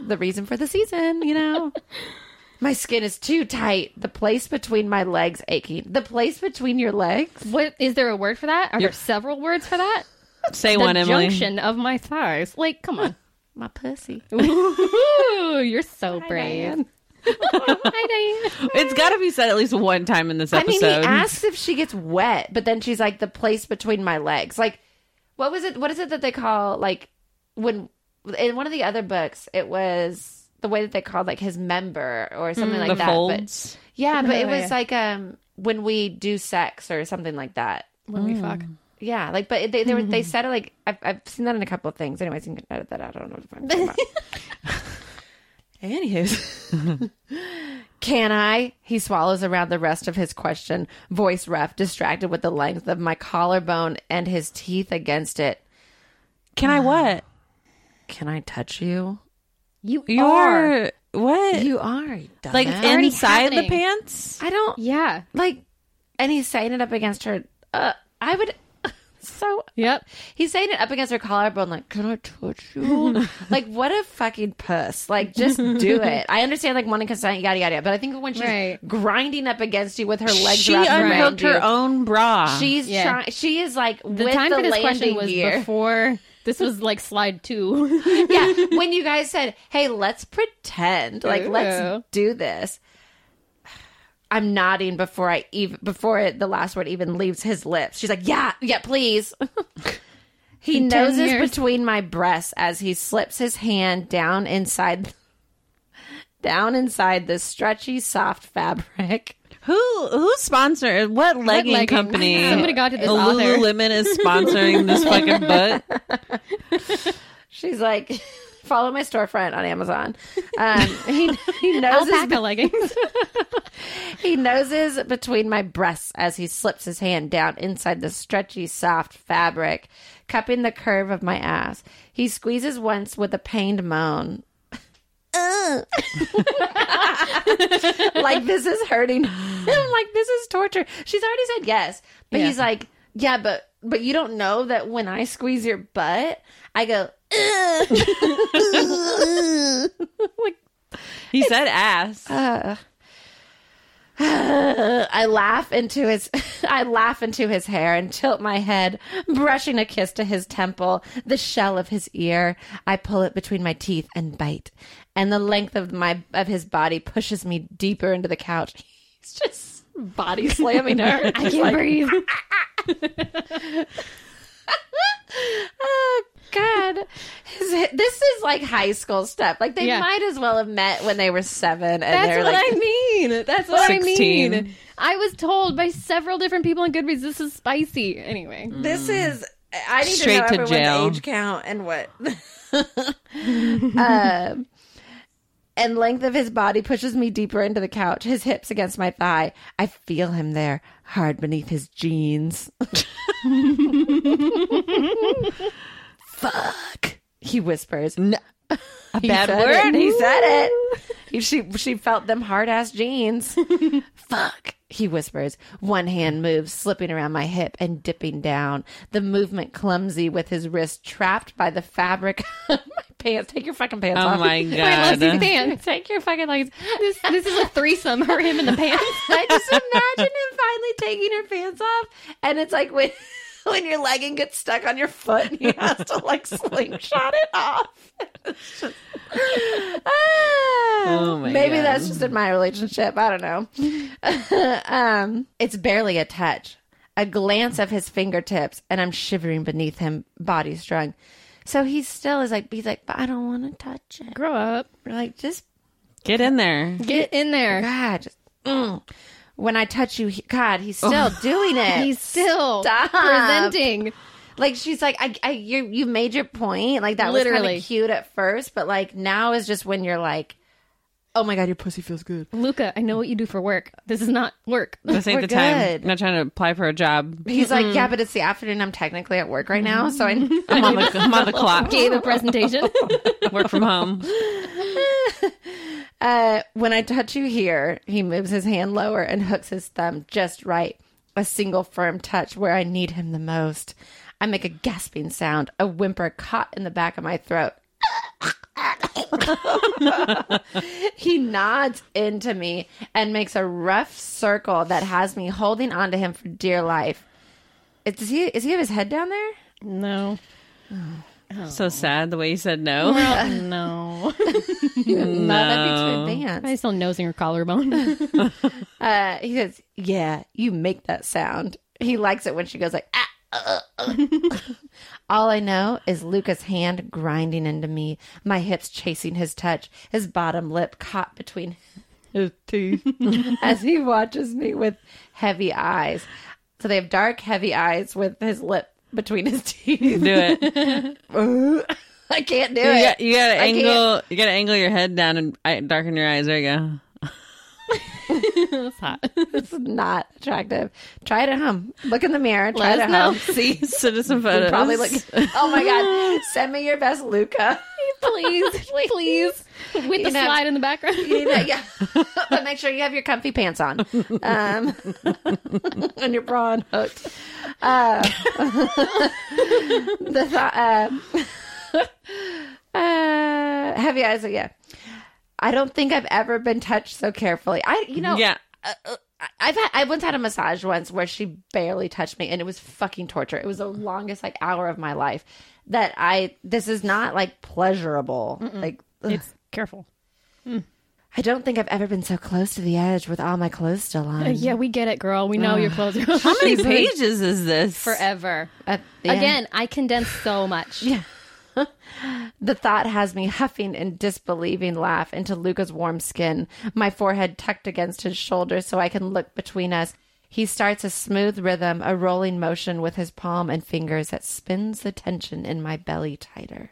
the reason for the season, you know. My skin is too tight. The place between my legs aching. The place between your legs.
what is there a word for that? Are there several words for that?
Say
The
one, Emily.
junction of my thighs. Like, come on.
My pussy.
Ooh, you're so brave. Hi, Diane.
It's got to be said at least one time in this
I mean,
episode.
he asks if she gets wet, but then she's like, the place between my legs. Like, what was it? What is it that they call, like, when in one of the other books, it was the way that they called, like, his member or something like
the
that. But,
folds.
Mm. yeah, but it
Oh,
was
yeah.
like um when we do sex or something like that.
When we fuck.
Yeah, like, but they they, were, they said it like I've, I've seen that in a couple of things. Anyways, you can edit that out. I don't know what I'm talking about. Anywho, can I? He swallows around the rest of his question, voice rough, distracted with the length of my collarbone and his teeth against it.
Can I what?
Can I touch you?
You,
You
are.
are what?
You are you dumbass.
like
already
inside the
happening.
pants?
I don't
Yeah.
like, and he's saying it up against her. Uh, I would. So
Yep.
He's saying it up against her collarbone, like, can I touch you? like, what a fucking puss. Like, just do it. I understand, like, wanting consent, yada, yada, yada. But I think when she's
Right.
grinding up against you with her legs
She
wrapped around
unhooked
you,
her own bra.
She's
Yeah.
trying, she is like,
The
with
time
the
for this
landing
question was
gear.
before. This was like slide two.
yeah. When you guys said, hey, let's pretend, like, let's
Ew.
do this. I'm nodding before I even before it, the last word even leaves his lips. She's like, "Yeah, yeah, please." he
In 10
noses
years.
between my breasts as he slips his hand down inside down inside the stretchy soft fabric.
who who sponsor what legging,
legging?
company?
Somebody got to this author.
Lululemon is sponsoring this fucking book.
She's like Follow my storefront on Amazon. Um, he, he knows his
Alpaca leggings.
He noses between my breasts as he slips his hand down inside the stretchy, soft fabric, cupping the curve of my ass. He squeezes once with a pained moan. Ugh. like this is hurting him. Like this is torture. She's already said yes, but he's like, yeah, but but you don't know that when I squeeze your butt, I go. Ugh. like
He said ass.
Uh, I laugh into his I laugh into his hair and tilt my head, brushing a kiss to his temple, the shell of his ear. I pull it between my teeth and bite. And the length of my of his body pushes me deeper into the couch. He's just body slamming her.
I can't breathe.
oh God. His, this is like high school stuff. Like they
Yeah.
might as well have met when they were seven and
That's
they're
what
like
I mean. That's what
16.
I mean. I was told by several different people in Goodreads this is spicy. Anyway,
This is I need
Straight
Mm. to know
to
everyone's
jail.
age count and what. Um, and length of his body pushes me deeper into the couch, his hips against my thigh. I feel him there, hard beneath his jeans. Fuck, he whispers.
a
He
bad
said it.
word.
He said it. He- She she felt them hard ass jeans. Fuck. He whispers. One hand moves, slipping around my hip and dipping down. The movement clumsy, with his wrist trapped by the fabric of my pants. Take your fucking pants
Oh
off.
my
I love these
god.
pants. Take your fucking leggings. This this is a threesome. Her, him, and the pants.
I just imagine him finally taking her pants off, and it's like when when your legging gets stuck on your foot, and he has to like slingshot it off. It's just- Ah.
Oh my
Maybe
God.
that's just in my relationship. I don't know. um, it's barely a touch, a glance of his fingertips, and I'm shivering beneath him, body strung. So he still is like, he's like, but I don't want to touch it.
Grow up.
We're like, just
Get in there.
Get in there.
God, just, mm. when I touch you, he, God, he's still doing it.
He's still
Stop.
presenting.
like she's like, I, I, you, you made your point. Like that was kind
Literally.
of cute at first, but like now is just when you're like, oh my God, your pussy feels good.
Luca, I know what you do for work. This is not work.
This ain't
We're
the time.
good.
I'm not trying to apply for a job.
He's like, yeah, but it's the afternoon. I'm technically at work right now, so I.
I'm on the, I'm on the clock.
Gave a presentation.
Work from home.
Uh, when I touch you here, he moves his hand lower and hooks his thumb just right. A single firm touch where I need him the most. I make a gasping sound, a whimper caught in the back of my throat. he nods into me and makes a rough circle that has me holding onto him for dear life. Is is he is he have his head down there?
no.
So sad the way you said no.
No.
No, Oh, that'd be too advanced.
I still nosing her collarbone.
Uh, he says, "Yeah, you make that sound." He likes it when she goes like, "Ah." uh, uh." All I know is Luca's hand grinding into me, my hips chasing his touch, his bottom lip caught between his teeth as he watches me with heavy eyes. So they have dark, heavy eyes with his lip between his teeth.
Do it.
I can't do
You
it.
got, you got to
I can't.
angle. You got to angle your head down and eye- darken your eyes. There you go.
That's hot.
It's not attractive. Try it at home. Look in the mirror. Try
Let
it
us
at
know.
home. See
Citizen
We'd
photos.
probably look. Oh my god! Send me your best Luca.
please, please. With the
know-
slide in the background.
You know, yeah, but make sure you have your comfy pants on, um, and your bra on hooked. Uh, the thought, uh, uh, heavy eyes. Yeah, I don't think I've ever been touched so carefully. I, you know,
Yeah.
uh, uh, I've had, I once had a massage once where she barely touched me and it was fucking torture. It was the longest like hour of my life that I this is not like pleasurable. Like ugh.
Careful.
I don't think I've ever been so close to the edge with all my clothes still on.
Uh, Yeah, we get it, girl. We know your clothes are
How many pages is this?
Forever.
At the end.
Again, I condense so much.
The thought has me huffing and disbelieving laugh into Luca's warm skin, my forehead tucked against his shoulder so I can look between us. He starts a smooth rhythm, a rolling motion with his palm and fingers that spins the tension in my belly tighter.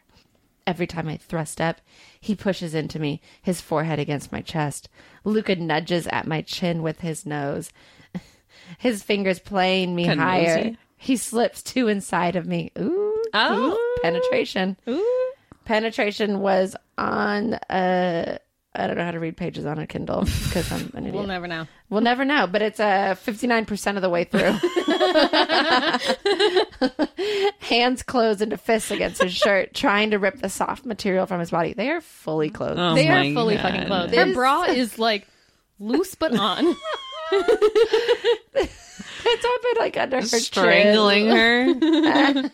Every time I thrust up, he pushes into me, his forehead against my chest. Luca nudges at my chin with his nose, his fingers playing me
Kinda
higher.
nosy.
He slips two inside of me. Ooh,
Oh.
ooh, penetration. Ooh. Penetration was on a. I don't know how to read pages on a Kindle because I'm an idiot.
We'll never know.
We'll never know, but it's uh, 59% of the way through. Hands closed into fists against his shirt, trying to rip the soft material from his body. They are fully clothed.
Oh
They
my
are fully fucking
God.
clothed. Her bra is like loose but on.
It's up in, like under her chin.
Strangling her.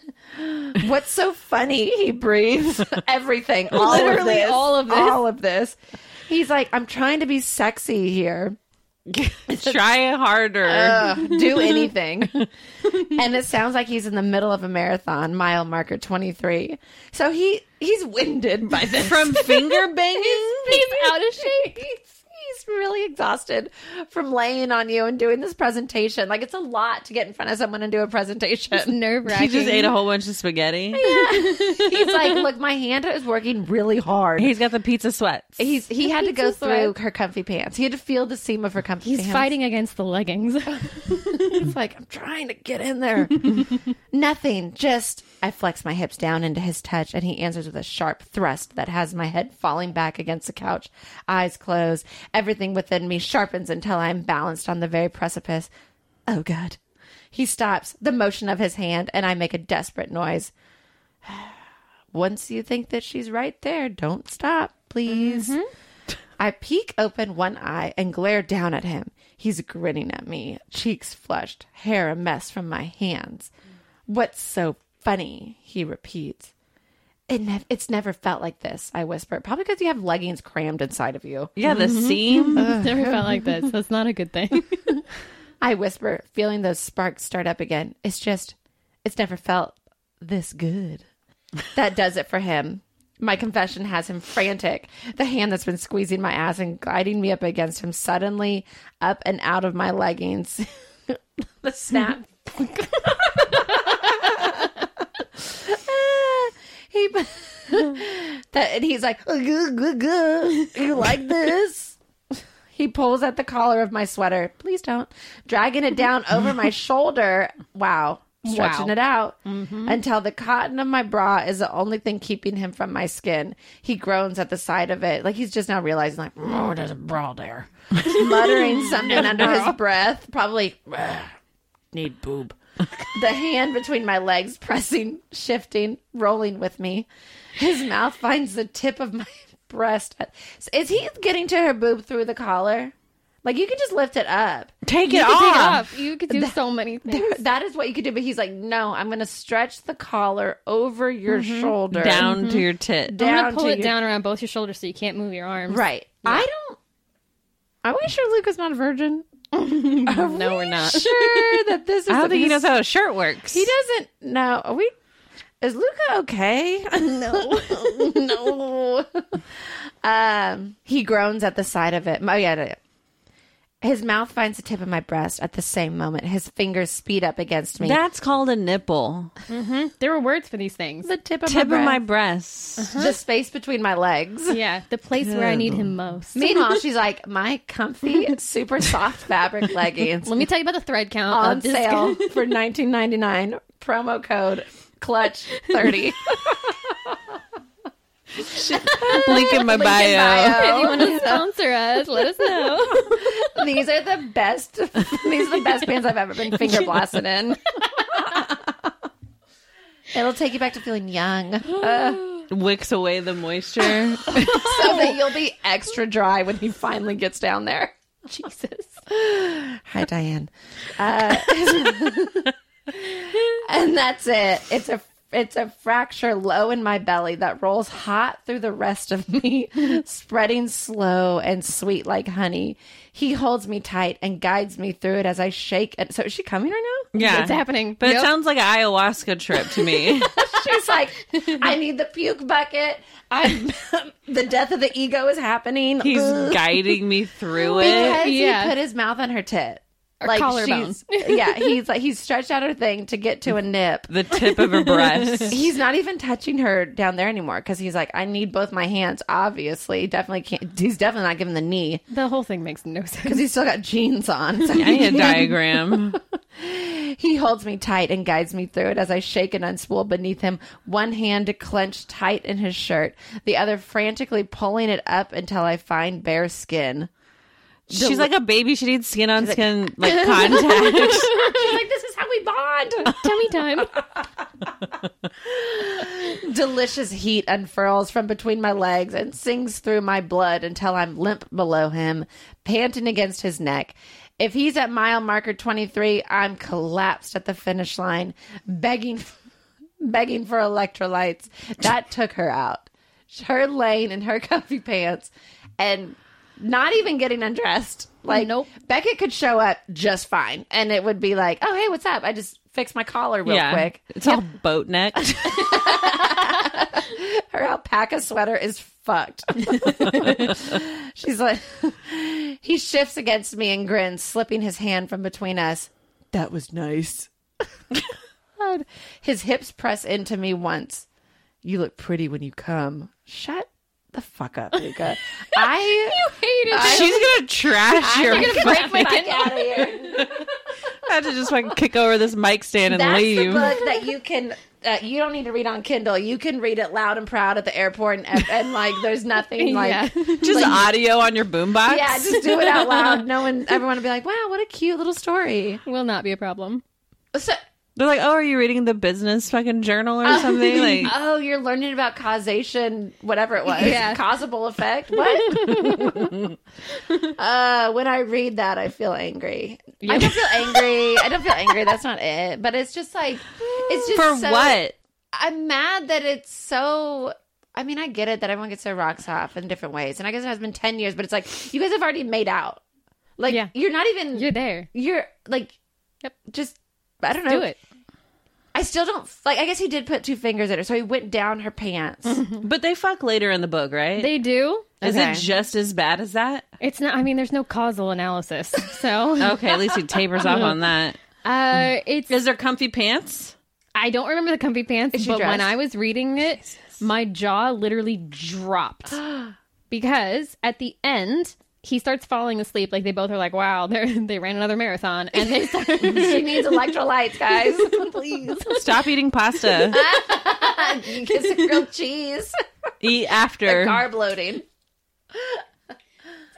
What's so funny? He breathes everything. All of
Literally
this,
all of this.
All of this. He's like, I'm trying to be sexy here.
Try harder.
Ugh, do anything. and it sounds like he's in the middle of a marathon, mile marker 23. So he he's winded by this.
From finger banging?
he's, he's out of shape. He's, he's really exhausted from laying on you and doing this presentation. Like it's a lot to get in front of someone and do a presentation.
Nerve
He
wracking.
just ate a whole bunch of spaghetti.
he's like, look, my hand is working really hard.
He's got the pizza sweats.
He's he had to go
pizza thread.
through her comfy pants. He had to feel the seam of her comfy
He's
pants.
fighting against the leggings.
It's like, I'm trying to get in there. Nothing. Just, I flex my hips down into his touch, and he answers with a sharp thrust that has my head falling back against the couch, eyes closed. Everything within me sharpens until I'm balanced on the very precipice. Oh, God. He stops the motion of his hand, and I make a desperate noise. Once you think that she's right there, don't stop, please. I peek open one eye and glare down at him. He's grinning at me, cheeks flushed, hair a mess from my hands. What's so funny? He repeats. It nev- it's never felt like this, I whisper, probably because you have leggings crammed inside of you.
yeah, the seam.
Never felt like this. That's not a good thing.
I whisper, feeling those sparks start up again. It's just, it's never felt this good. That does it for him. My confession has him frantic. The hand that's been squeezing my ass and gliding me up against him suddenly up and out of my leggings. the snap. he that and he's like, "Ugh, ugh, ugh. you like this? He pulls at the collar of my sweater. Please don't. Dragging it down over my shoulder. Wow. Stretching
Wow.
it out until the cotton of my bra is the only thing keeping him from my skin. He groans at the sight of it. Like he's just now realizing, like, oh, there's a bra there. Muttering something under his breath. Probably, "Ugh, need boob. the hand between my legs pressing, shifting, rolling with me. His mouth finds the tip of my breast. Is he getting to her boob through the collar? Like you can just lift it up.
Take it
you
off.
could take it off. You could do so many things.
That is what you could do. But he's like, no, I'm going to stretch the collar over your shoulder,
Mm-hmm. Down to your tit.
I'm
down
gonna pull
to
it
your-
down around both your shoulders so you can't move your arms.
Right. I don't. Are we sure Luca's not a virgin?
No, we're not.
Sure that this is.
I
a
don't think he
mis-
knows how a shirt works.
He doesn't know. Are we? Is Luca okay? No, no. um, he groans at the sight of it. Oh yeah, yeah. His mouth finds the tip of my breast at the same moment. His fingers speed up against me.
That's called a nipple.
There were words for these things.
the tip of
Tip of
my
my
breast.
breast.
the space between my legs.
Yeah, the place where I need him most.
Meanwhile, she's like, my comfy, super soft fabric leggings
Let me tell you about the thread count
on
of this-
sale for nineteen ninety nine. Promo code clutch thirty.
Link in my bio.
Oh.
If you want to sponsor us, let us know.
These are the best. These are the best bands I've ever been finger blasted in. It'll take you back to feeling young, uh,
Wicks away the moisture.
so that you'll be extra dry when he finally gets down there.
Jesus.
Hi, Diane. Uh, and that's it. It's a it's a fracture low in my belly that rolls hot through the rest of me, spreading slow and sweet like honey. He holds me tight and guides me through it as I shake. And so, is she coming right now?
yeah.
It's happening.
But it
Nope.
sounds like an ayahuasca trip to me.
She's like, I need the puke bucket. I'm the death of the ego is happening.
He's
Ugh.
guiding me through it.
because
Yeah.
he put his mouth on her tit. like
collarbone.
she's yeah, he's like he's stretched out her thing to get to a nip.
The tip of her breast.
He's not even touching her down there anymore because he's like, I need both my hands. Obviously, definitely can't. He's definitely not giving the knee
The whole thing makes no sense.
because he's still got jeans on. So
I need a diagram.
He holds me tight and guides me through it as I shake and unspool beneath him, one hand clenched tight in his shirt, the other frantically pulling it up until I find bare skin.
She's like a baby. She needs skin on skin like contact.
She's like, This is how we bond.
Tummy time.
Delicious heat unfurls from between my legs and sinks through my blood until I'm limp below him, panting against his neck. If he's at mile marker 23, I'm collapsed at the finish line, begging begging for electrolytes. That took her out. Her lane in her comfy pants and not even getting undressed. Like
Nope.
Beckett could show up just fine and it would be like, "Oh, hey, what's up? I just fixed my collar real
yeah,
quick."
it's all boat necked.
her alpaca sweater is fucked. She's like, he shifts against me and grins, slipping his hand from between us. That was nice. God. His hips press into me once. You look pretty when you come. Shut the fuck up, Luca. I you hated
She's gonna trash your.
break my mic out of here.
I have to just fucking kick over this mic stand and
That's
leave.
the book that you can. Uh, you don't need to read on Kindle. You can read it loud and proud at the airport, and, and like, there's nothing like
Just audio on your boombox.
Yeah, just do it out loud. No one, everyone would be like, "Wow, what a cute little story."
Will not be a problem.
So,
They're like, oh, are you reading the business fucking journal or something? Like,
oh, you're learning about causation, whatever it was,
Yeah.
causable effect. What? uh, when I read that, I feel angry. I don't feel angry. I don't feel angry. That's not it. But it's just like, it's just
for
so-
what?
I'm mad that it's so. I mean, I get it that everyone gets their rocks off in different ways, and I guess it has been ten years, but it's like you guys have already made out. Like
Yeah.
you're not even
You're there.
you're like
Yep.
just i don't know
Do it.
i still don't like i guess he did put two fingers in her so he went down her pants
But they fuck later in the book, right?
They do.
Is
Okay.
it just as bad as that?
It's not. I mean, there's no causal analysis. So
Okay, at least he tapers off on that.
uh, it's.
Is there comfy pants?
I don't remember the comfy pants,
she
but when
dressed?
I was reading it, my jaw literally dropped because at the end. He starts falling asleep. Like they both are like, "Wow, they they ran another marathon," and they start,
she needs electrolytes guys please
Stop eating pasta.
you get some grilled cheese
Eat after.
carb loading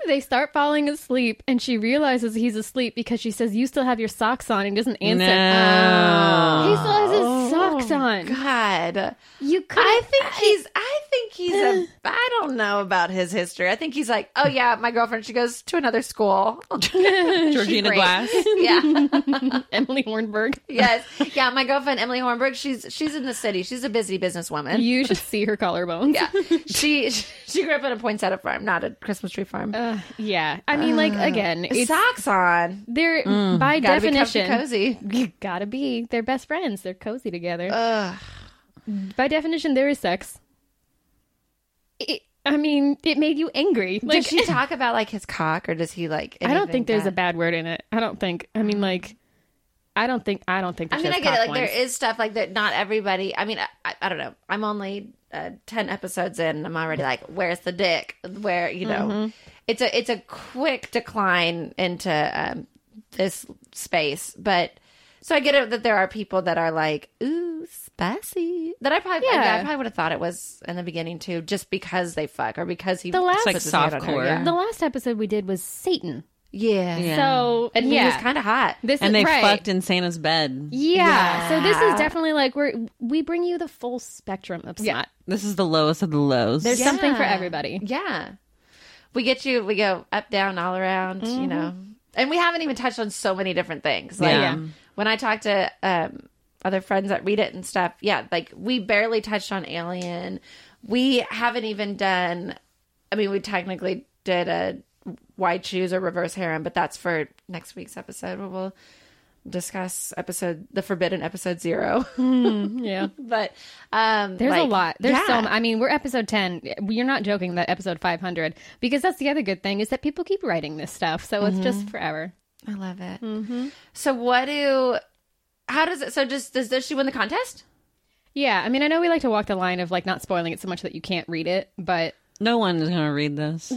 they start falling asleep. And she realizes he's asleep because she says, "You still have your socks on," and he doesn't answer.
No.
He still has his socks on.
god
You could.
i think he's i think he's a i don't know about his history i think he's like oh yeah my girlfriend she goes to another school
Georgina
great.
Glass.
yeah
Emily Hornberg.
yes yeah my girlfriend emily hornberg she's she's in the city she's a busy businesswoman
You should see her collarbones.
yeah she she grew up on a poinsettia farm not a christmas tree farm
Uh, yeah. I mean,
Uh,
like again, it's
socks on
they're by
Mm. Gotta be comfy,
definition
cozy.
You gotta be. They're best friends. They're cozy together. By definition, there is sex. It, I mean, it made you angry. Like
does she talk about like his cock or does he like
I don't
anything
think there's a
that-
bad word in it. I don't think. I mean, like, I don't think. I don't think. The
I mean, I
show's
get it.
cock
Like,
ones.
there is stuff like that. Not everybody. I mean, I, I, I don't know. I'm only uh, ten episodes in. and I'm already like, where's the dick? Where you know,
Mm-hmm.
it's a it's a quick decline into um, this space. But so I get it that there are people that are like, ooh, spicy. That I probably yeah,
Yeah.
I probably would have thought it was in the beginning too, just because they fuck or because he
The last- It's
like
puts his hand on her.
softcore.
Yeah.
The last episode we did was Satan.
yeah.
So
and
yeah,
he was kind of hot.
This
And
is,
they
right.
fucked in Santa's bed.
Yeah. So this
Yeah.
is definitely like we're we bring you the full spectrum of snot.
This is the lowest of the lows.
There's something for
Yeah.
everybody.
Yeah. We get you, we go up, down, all around,
Mm-hmm.
you know. And we haven't even touched on so many different things. Like
Yeah.
when I talk to um, other friends that read it and stuff, yeah, like we barely touched on Alien. We haven't even done, I mean, we technically did a why choose or reverse harem, but that's for next week's episode where we'll discuss episode, the forbidden episode zero.
Yeah.
but um,
There's a
like,
lot. There's
yeah.
so. m- I mean, we're episode ten. You're not Mm-hmm. joking that episode 500 because that's the other good thing is that people keep writing this stuff, so it's just forever.
I love it.
Mm-hmm.
So what do? How does it? So just does does she win the contest?
Yeah, I mean, I know we like to walk the line of like not spoiling it so much that you can't read it, but
No one is going to read this.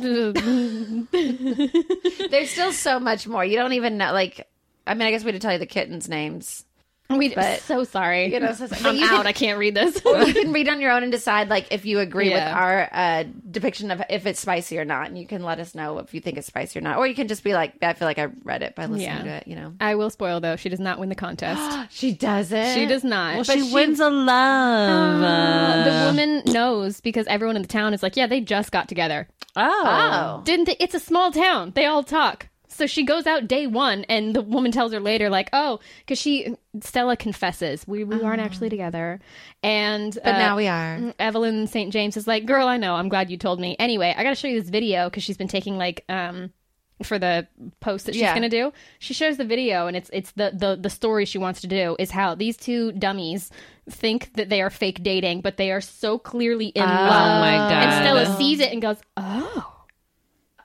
There's still so much more. You don't even know. Like, I mean, I guess we did tell you the kittens' names.
we
But-
so sorry.
You know, so, but
I'm
you
out.
Can,
I can't read this.
or you can read on your own and decide like if you agree with
Yeah.
our uh, depiction of if it's spicy or not, and you can let us know if you think it's spicy or not, or you can just be like, I feel like I read it by listening
Yeah.
to it. You know,
I will spoil though. She does not win the contest.
she does it.
she does not.
Well, she, wins a love.
Uh,
the woman knows because everyone in the town is like, yeah, they just got together.
oh.
Oh,
Didn't they? It's a small town. They all talk. So she goes out day one, and the woman tells her later, like, oh, because she, Stella confesses, we, we aren't actually together. And,
Ah.
uh,
but now we are.
Mm, Evelyn St. James is like, girl, I know. I'm glad you told me. Anyway, I got to show you this video because she's been taking like um for the post that she's
Yeah.
gonna do. She shows the video and it's it's the, the the story she wants to do is how these two dummies think that they are fake dating, but they are so clearly in love.
Oh my God.
And Stella sees it and goes, oh,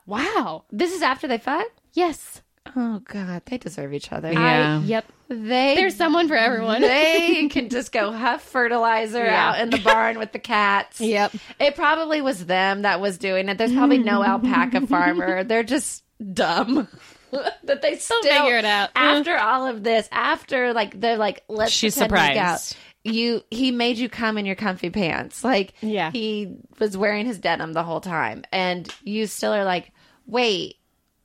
wow,
This is after they fuck.
yes,
Oh God, they deserve each other.
Yeah.
I, yep.
They
There's someone for everyone.
they can just go huff fertilizer out in the barn with the cats.
Yep. Mm.
It probably was them that was doing it. There's probably no alpaca farmer. They're just dumb. that they still
figure it out.
after all of this. After like they're like, let's
She's
pretend we go
surprised.
you he made you come in your comfy pants like
Yeah.
he was wearing his denim the whole time and you still are like wait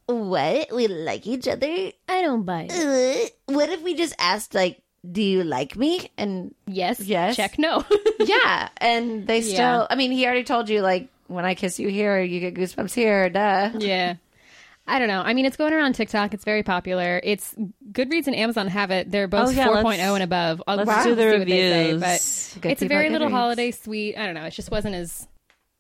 what we like each other i don't buy it Uh, what if we just asked like do you like me and
yes,
Yes.
check no.
yeah and they still
Yeah.
i mean he already told you like when i kiss you here you get goosebumps here duh
yeah. I don't know. I mean, it's going around TikTok. It's very popular. It's Goodreads and Amazon have it. They're both
Oh, yeah,
4.0
let's-
and above. I'll
let's
wow.
do the
see what they say,
reviews.
but
Good
it's a
people
very
at
little
Goodreads.
holiday sweet. I don't know. It just wasn't as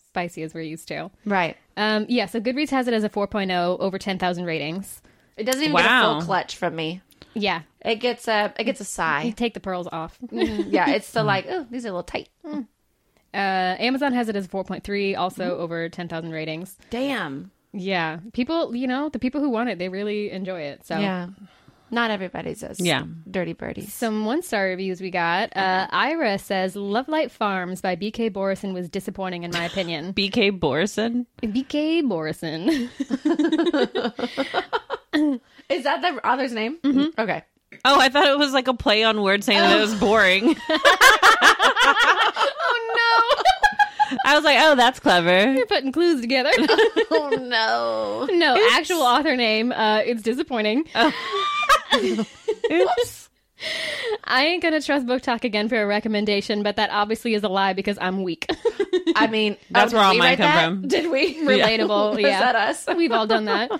spicy as we're used to.
right
Um, yeah, so Goodreads has it as a 4.0 over 10,000 ratings.
it doesn't even get a
Wow.
full clutch from me
Yeah.
it gets a it gets a sigh
Take the pearls off.
yeah it's still like oh these are a little tight
Uh, Amazon has it as 4.3, also over 10,000 ratings.
damn
Mm-hmm. Yeah. People, you know, the people who want it, they really enjoy it. So
Yeah. Not everybody's as
Yeah.
dirty birdies.
Some one star reviews we got. Uh, Ira says, Love Light Farms by BK Borison was disappointing, in my opinion.
BK Borison.
BK Borison.
Is that the author's name? Okay.
Oh, I thought it was like a play on words saying that it was boring.
Oh
I was like, oh, that's clever.
Putting clues together.
no. oh no.
no, actual author name. Uh, it's disappointing.
Oops.
I ain't going to trust Book Talk again for a recommendation, but that obviously is a lie because I'm weak.
I mean,
That's
oh,
where
did
all
we
mine
write
come
that?
from.
Did we?
Relatable.
Was
yeah.
that us?
We've all done that.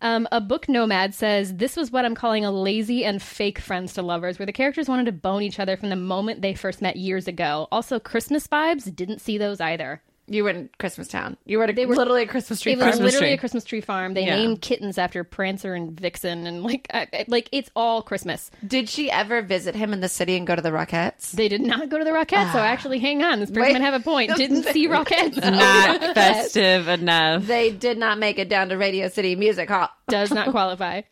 Um, a book nomad says this was what I'm calling a lazy and fake friends to lovers, where the characters wanted to bone each other from the moment they first met years ago. Also, Christmas vibes didn't see those either.
You were in Christmas Town. You were, at a, literally a Christmas tree
It was
farm.
Christmas
literally
tree.
a Christmas tree farm. They
Yeah.
named kittens after Prancer and Vixen, and like, I, I- like it's all Christmas.
Did she ever visit him in the city and go to the Rockettes?
They did not go to the Rockettes, so actually, hang on, this person
Ah. Wait.
might have a point. Didn't see Rockettes.
Not festive enough.
They did not make it down to Radio City Music Hall.
Does not qualify.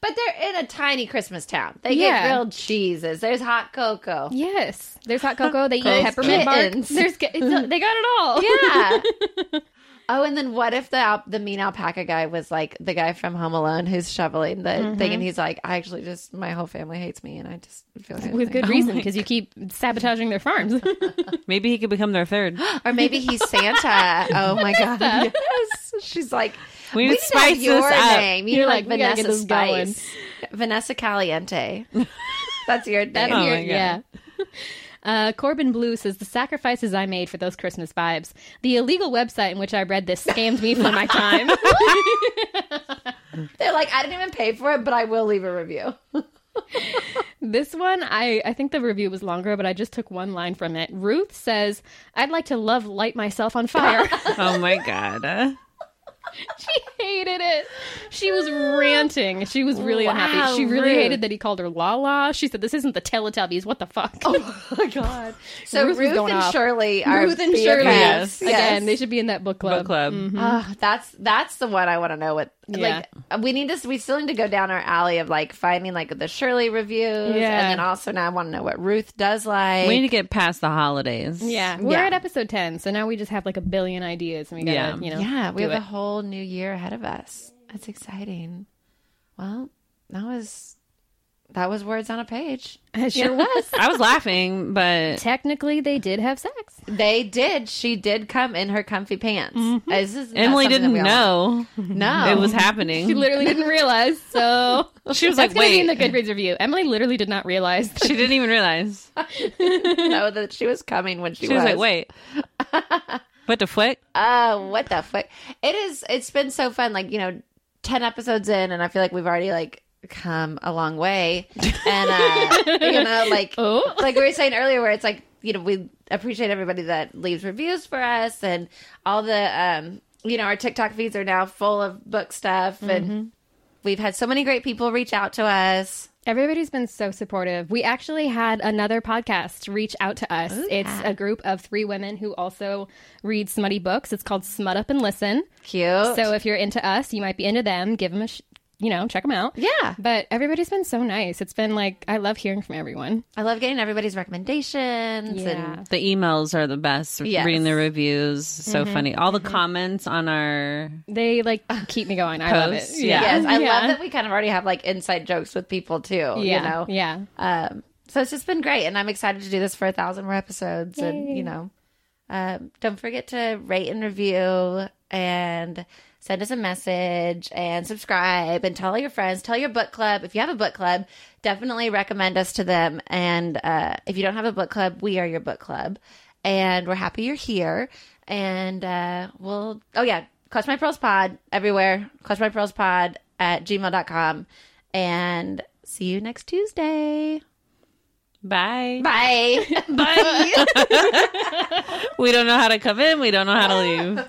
But they're in a tiny Christmas town. They get
Yeah.
grilled cheeses. There's hot cocoa.
Yes, there's hot cocoa. They eat peppermint bark.
kittens.
There's, ki- it's, they got it all.
Yeah. oh, and then what if the al- the mean alpaca guy was like the guy from Home Alone who's shoveling the thing, and he's like, I actually just my whole family hates me, and I just feel good.
with good reason because you keep sabotaging their farms.
Maybe he could become their third.
Or maybe he's Santa. oh my god, yes. She's like, we,
We need
need
to
to have
spice
your
this up."
name. You
You're
like,
like, "We gotta get
Vanessa
this going."
Spice, Vanessa Caliente. That's your name.
That's
Oh
your-
my God.
yeah. Uh, Corbin Blue says the sacrifices I made for those Christmas vibes. The illegal website in which I read this scammed me for my time.
They're like, I didn't even pay for it, but I will leave a review.
this one, I I think the review was longer, but I just took one line from it. Ruth says, "I'd like to love light myself on fire."
Oh my god.
she hated it. She was ranting. She was really unhappy. She really
rude.
hated that he called her Lala. She said, "This isn't the Teletubbies. What the fuck?" Oh my god.
So Ruth,
was going
and
off.
Shirley are
Ruth and
BFFs.
Shirley.
Yes.
Again, they should be in that book club.
Book club.
Ah, that's that's the one I want to know. What
Yeah.
like we need to we still need to go down our alley of like finding like the Shirley reviews,
Yeah.
and then also now I want to know what Ruth does like.
We need to get past the holidays.
Yeah, we're
Yeah.
at episode ten, so now we just have like a billion ideas, and we gotta,
Yeah.
you know,
yeah, we
do
have a
it.
whole new year ahead of us. That's exciting. Well, that was that was words on a page.
It sure was.
I was laughing, but
Technically, they did have sex.
They did. She did come in her comfy pants. This is not
Mm-hmm. Emily
something that
didn't
we all-
know
No,
it was happening.
Mm.
She literally didn't realize. So
She was like,
that's gonna be in the
wait.
Goodreads review. Emily literally did not realize.
She didn't even realize.
know that she was coming when she,
She was like, wait. What the flick?
Oh, what the fuck? It is. It's been so fun. Like you know, ten episodes in, and I feel like we've already like come a long way. And uh, you know, like
Oh.
like we were saying earlier, where it's like you know we appreciate everybody that leaves reviews for us, and all the um you know our TikTok feeds are now full of book stuff,
Mm-hmm.
and we've had so many great people reach out to us.
Everybody's been so supportive. We actually had another podcast reach out to us. It's a group of three women who also read smutty books. It's called Smut Up and Listen.
Cute.
So if you're into us, you might be into them. Give them a, sh- you know, check them out.
Yeah.
But everybody's been so nice. It's been like I love hearing from everyone.
I love getting everybody's recommendations and
The emails are the best.
Yes. Mm-hmm.
Reading the reviews, so funny. All the comments on our
They like keep me going. I love it.
Posts, yeah.
Yes, I
Yeah.
love that we kind of already have like inside jokes with people too. You
Yeah.
know,
Yeah.
Um, so it's just been great, and I'm excited to do this for a thousand more episodes. And you know, um, don't forget to rate and review, and send us a message, and subscribe, and tell all your friends, tell your book club. If you have a book club, definitely recommend us to them. And uh, if you don't have a book club, we are your book club, and we're happy you're here. And uh, we'll oh yeah, clutch my pearls pod everywhere. Clutch my pearls pod at gmail.com. And see you next Tuesday.
bye.
Bye.
We don't know how to come in. We don't know how to leave.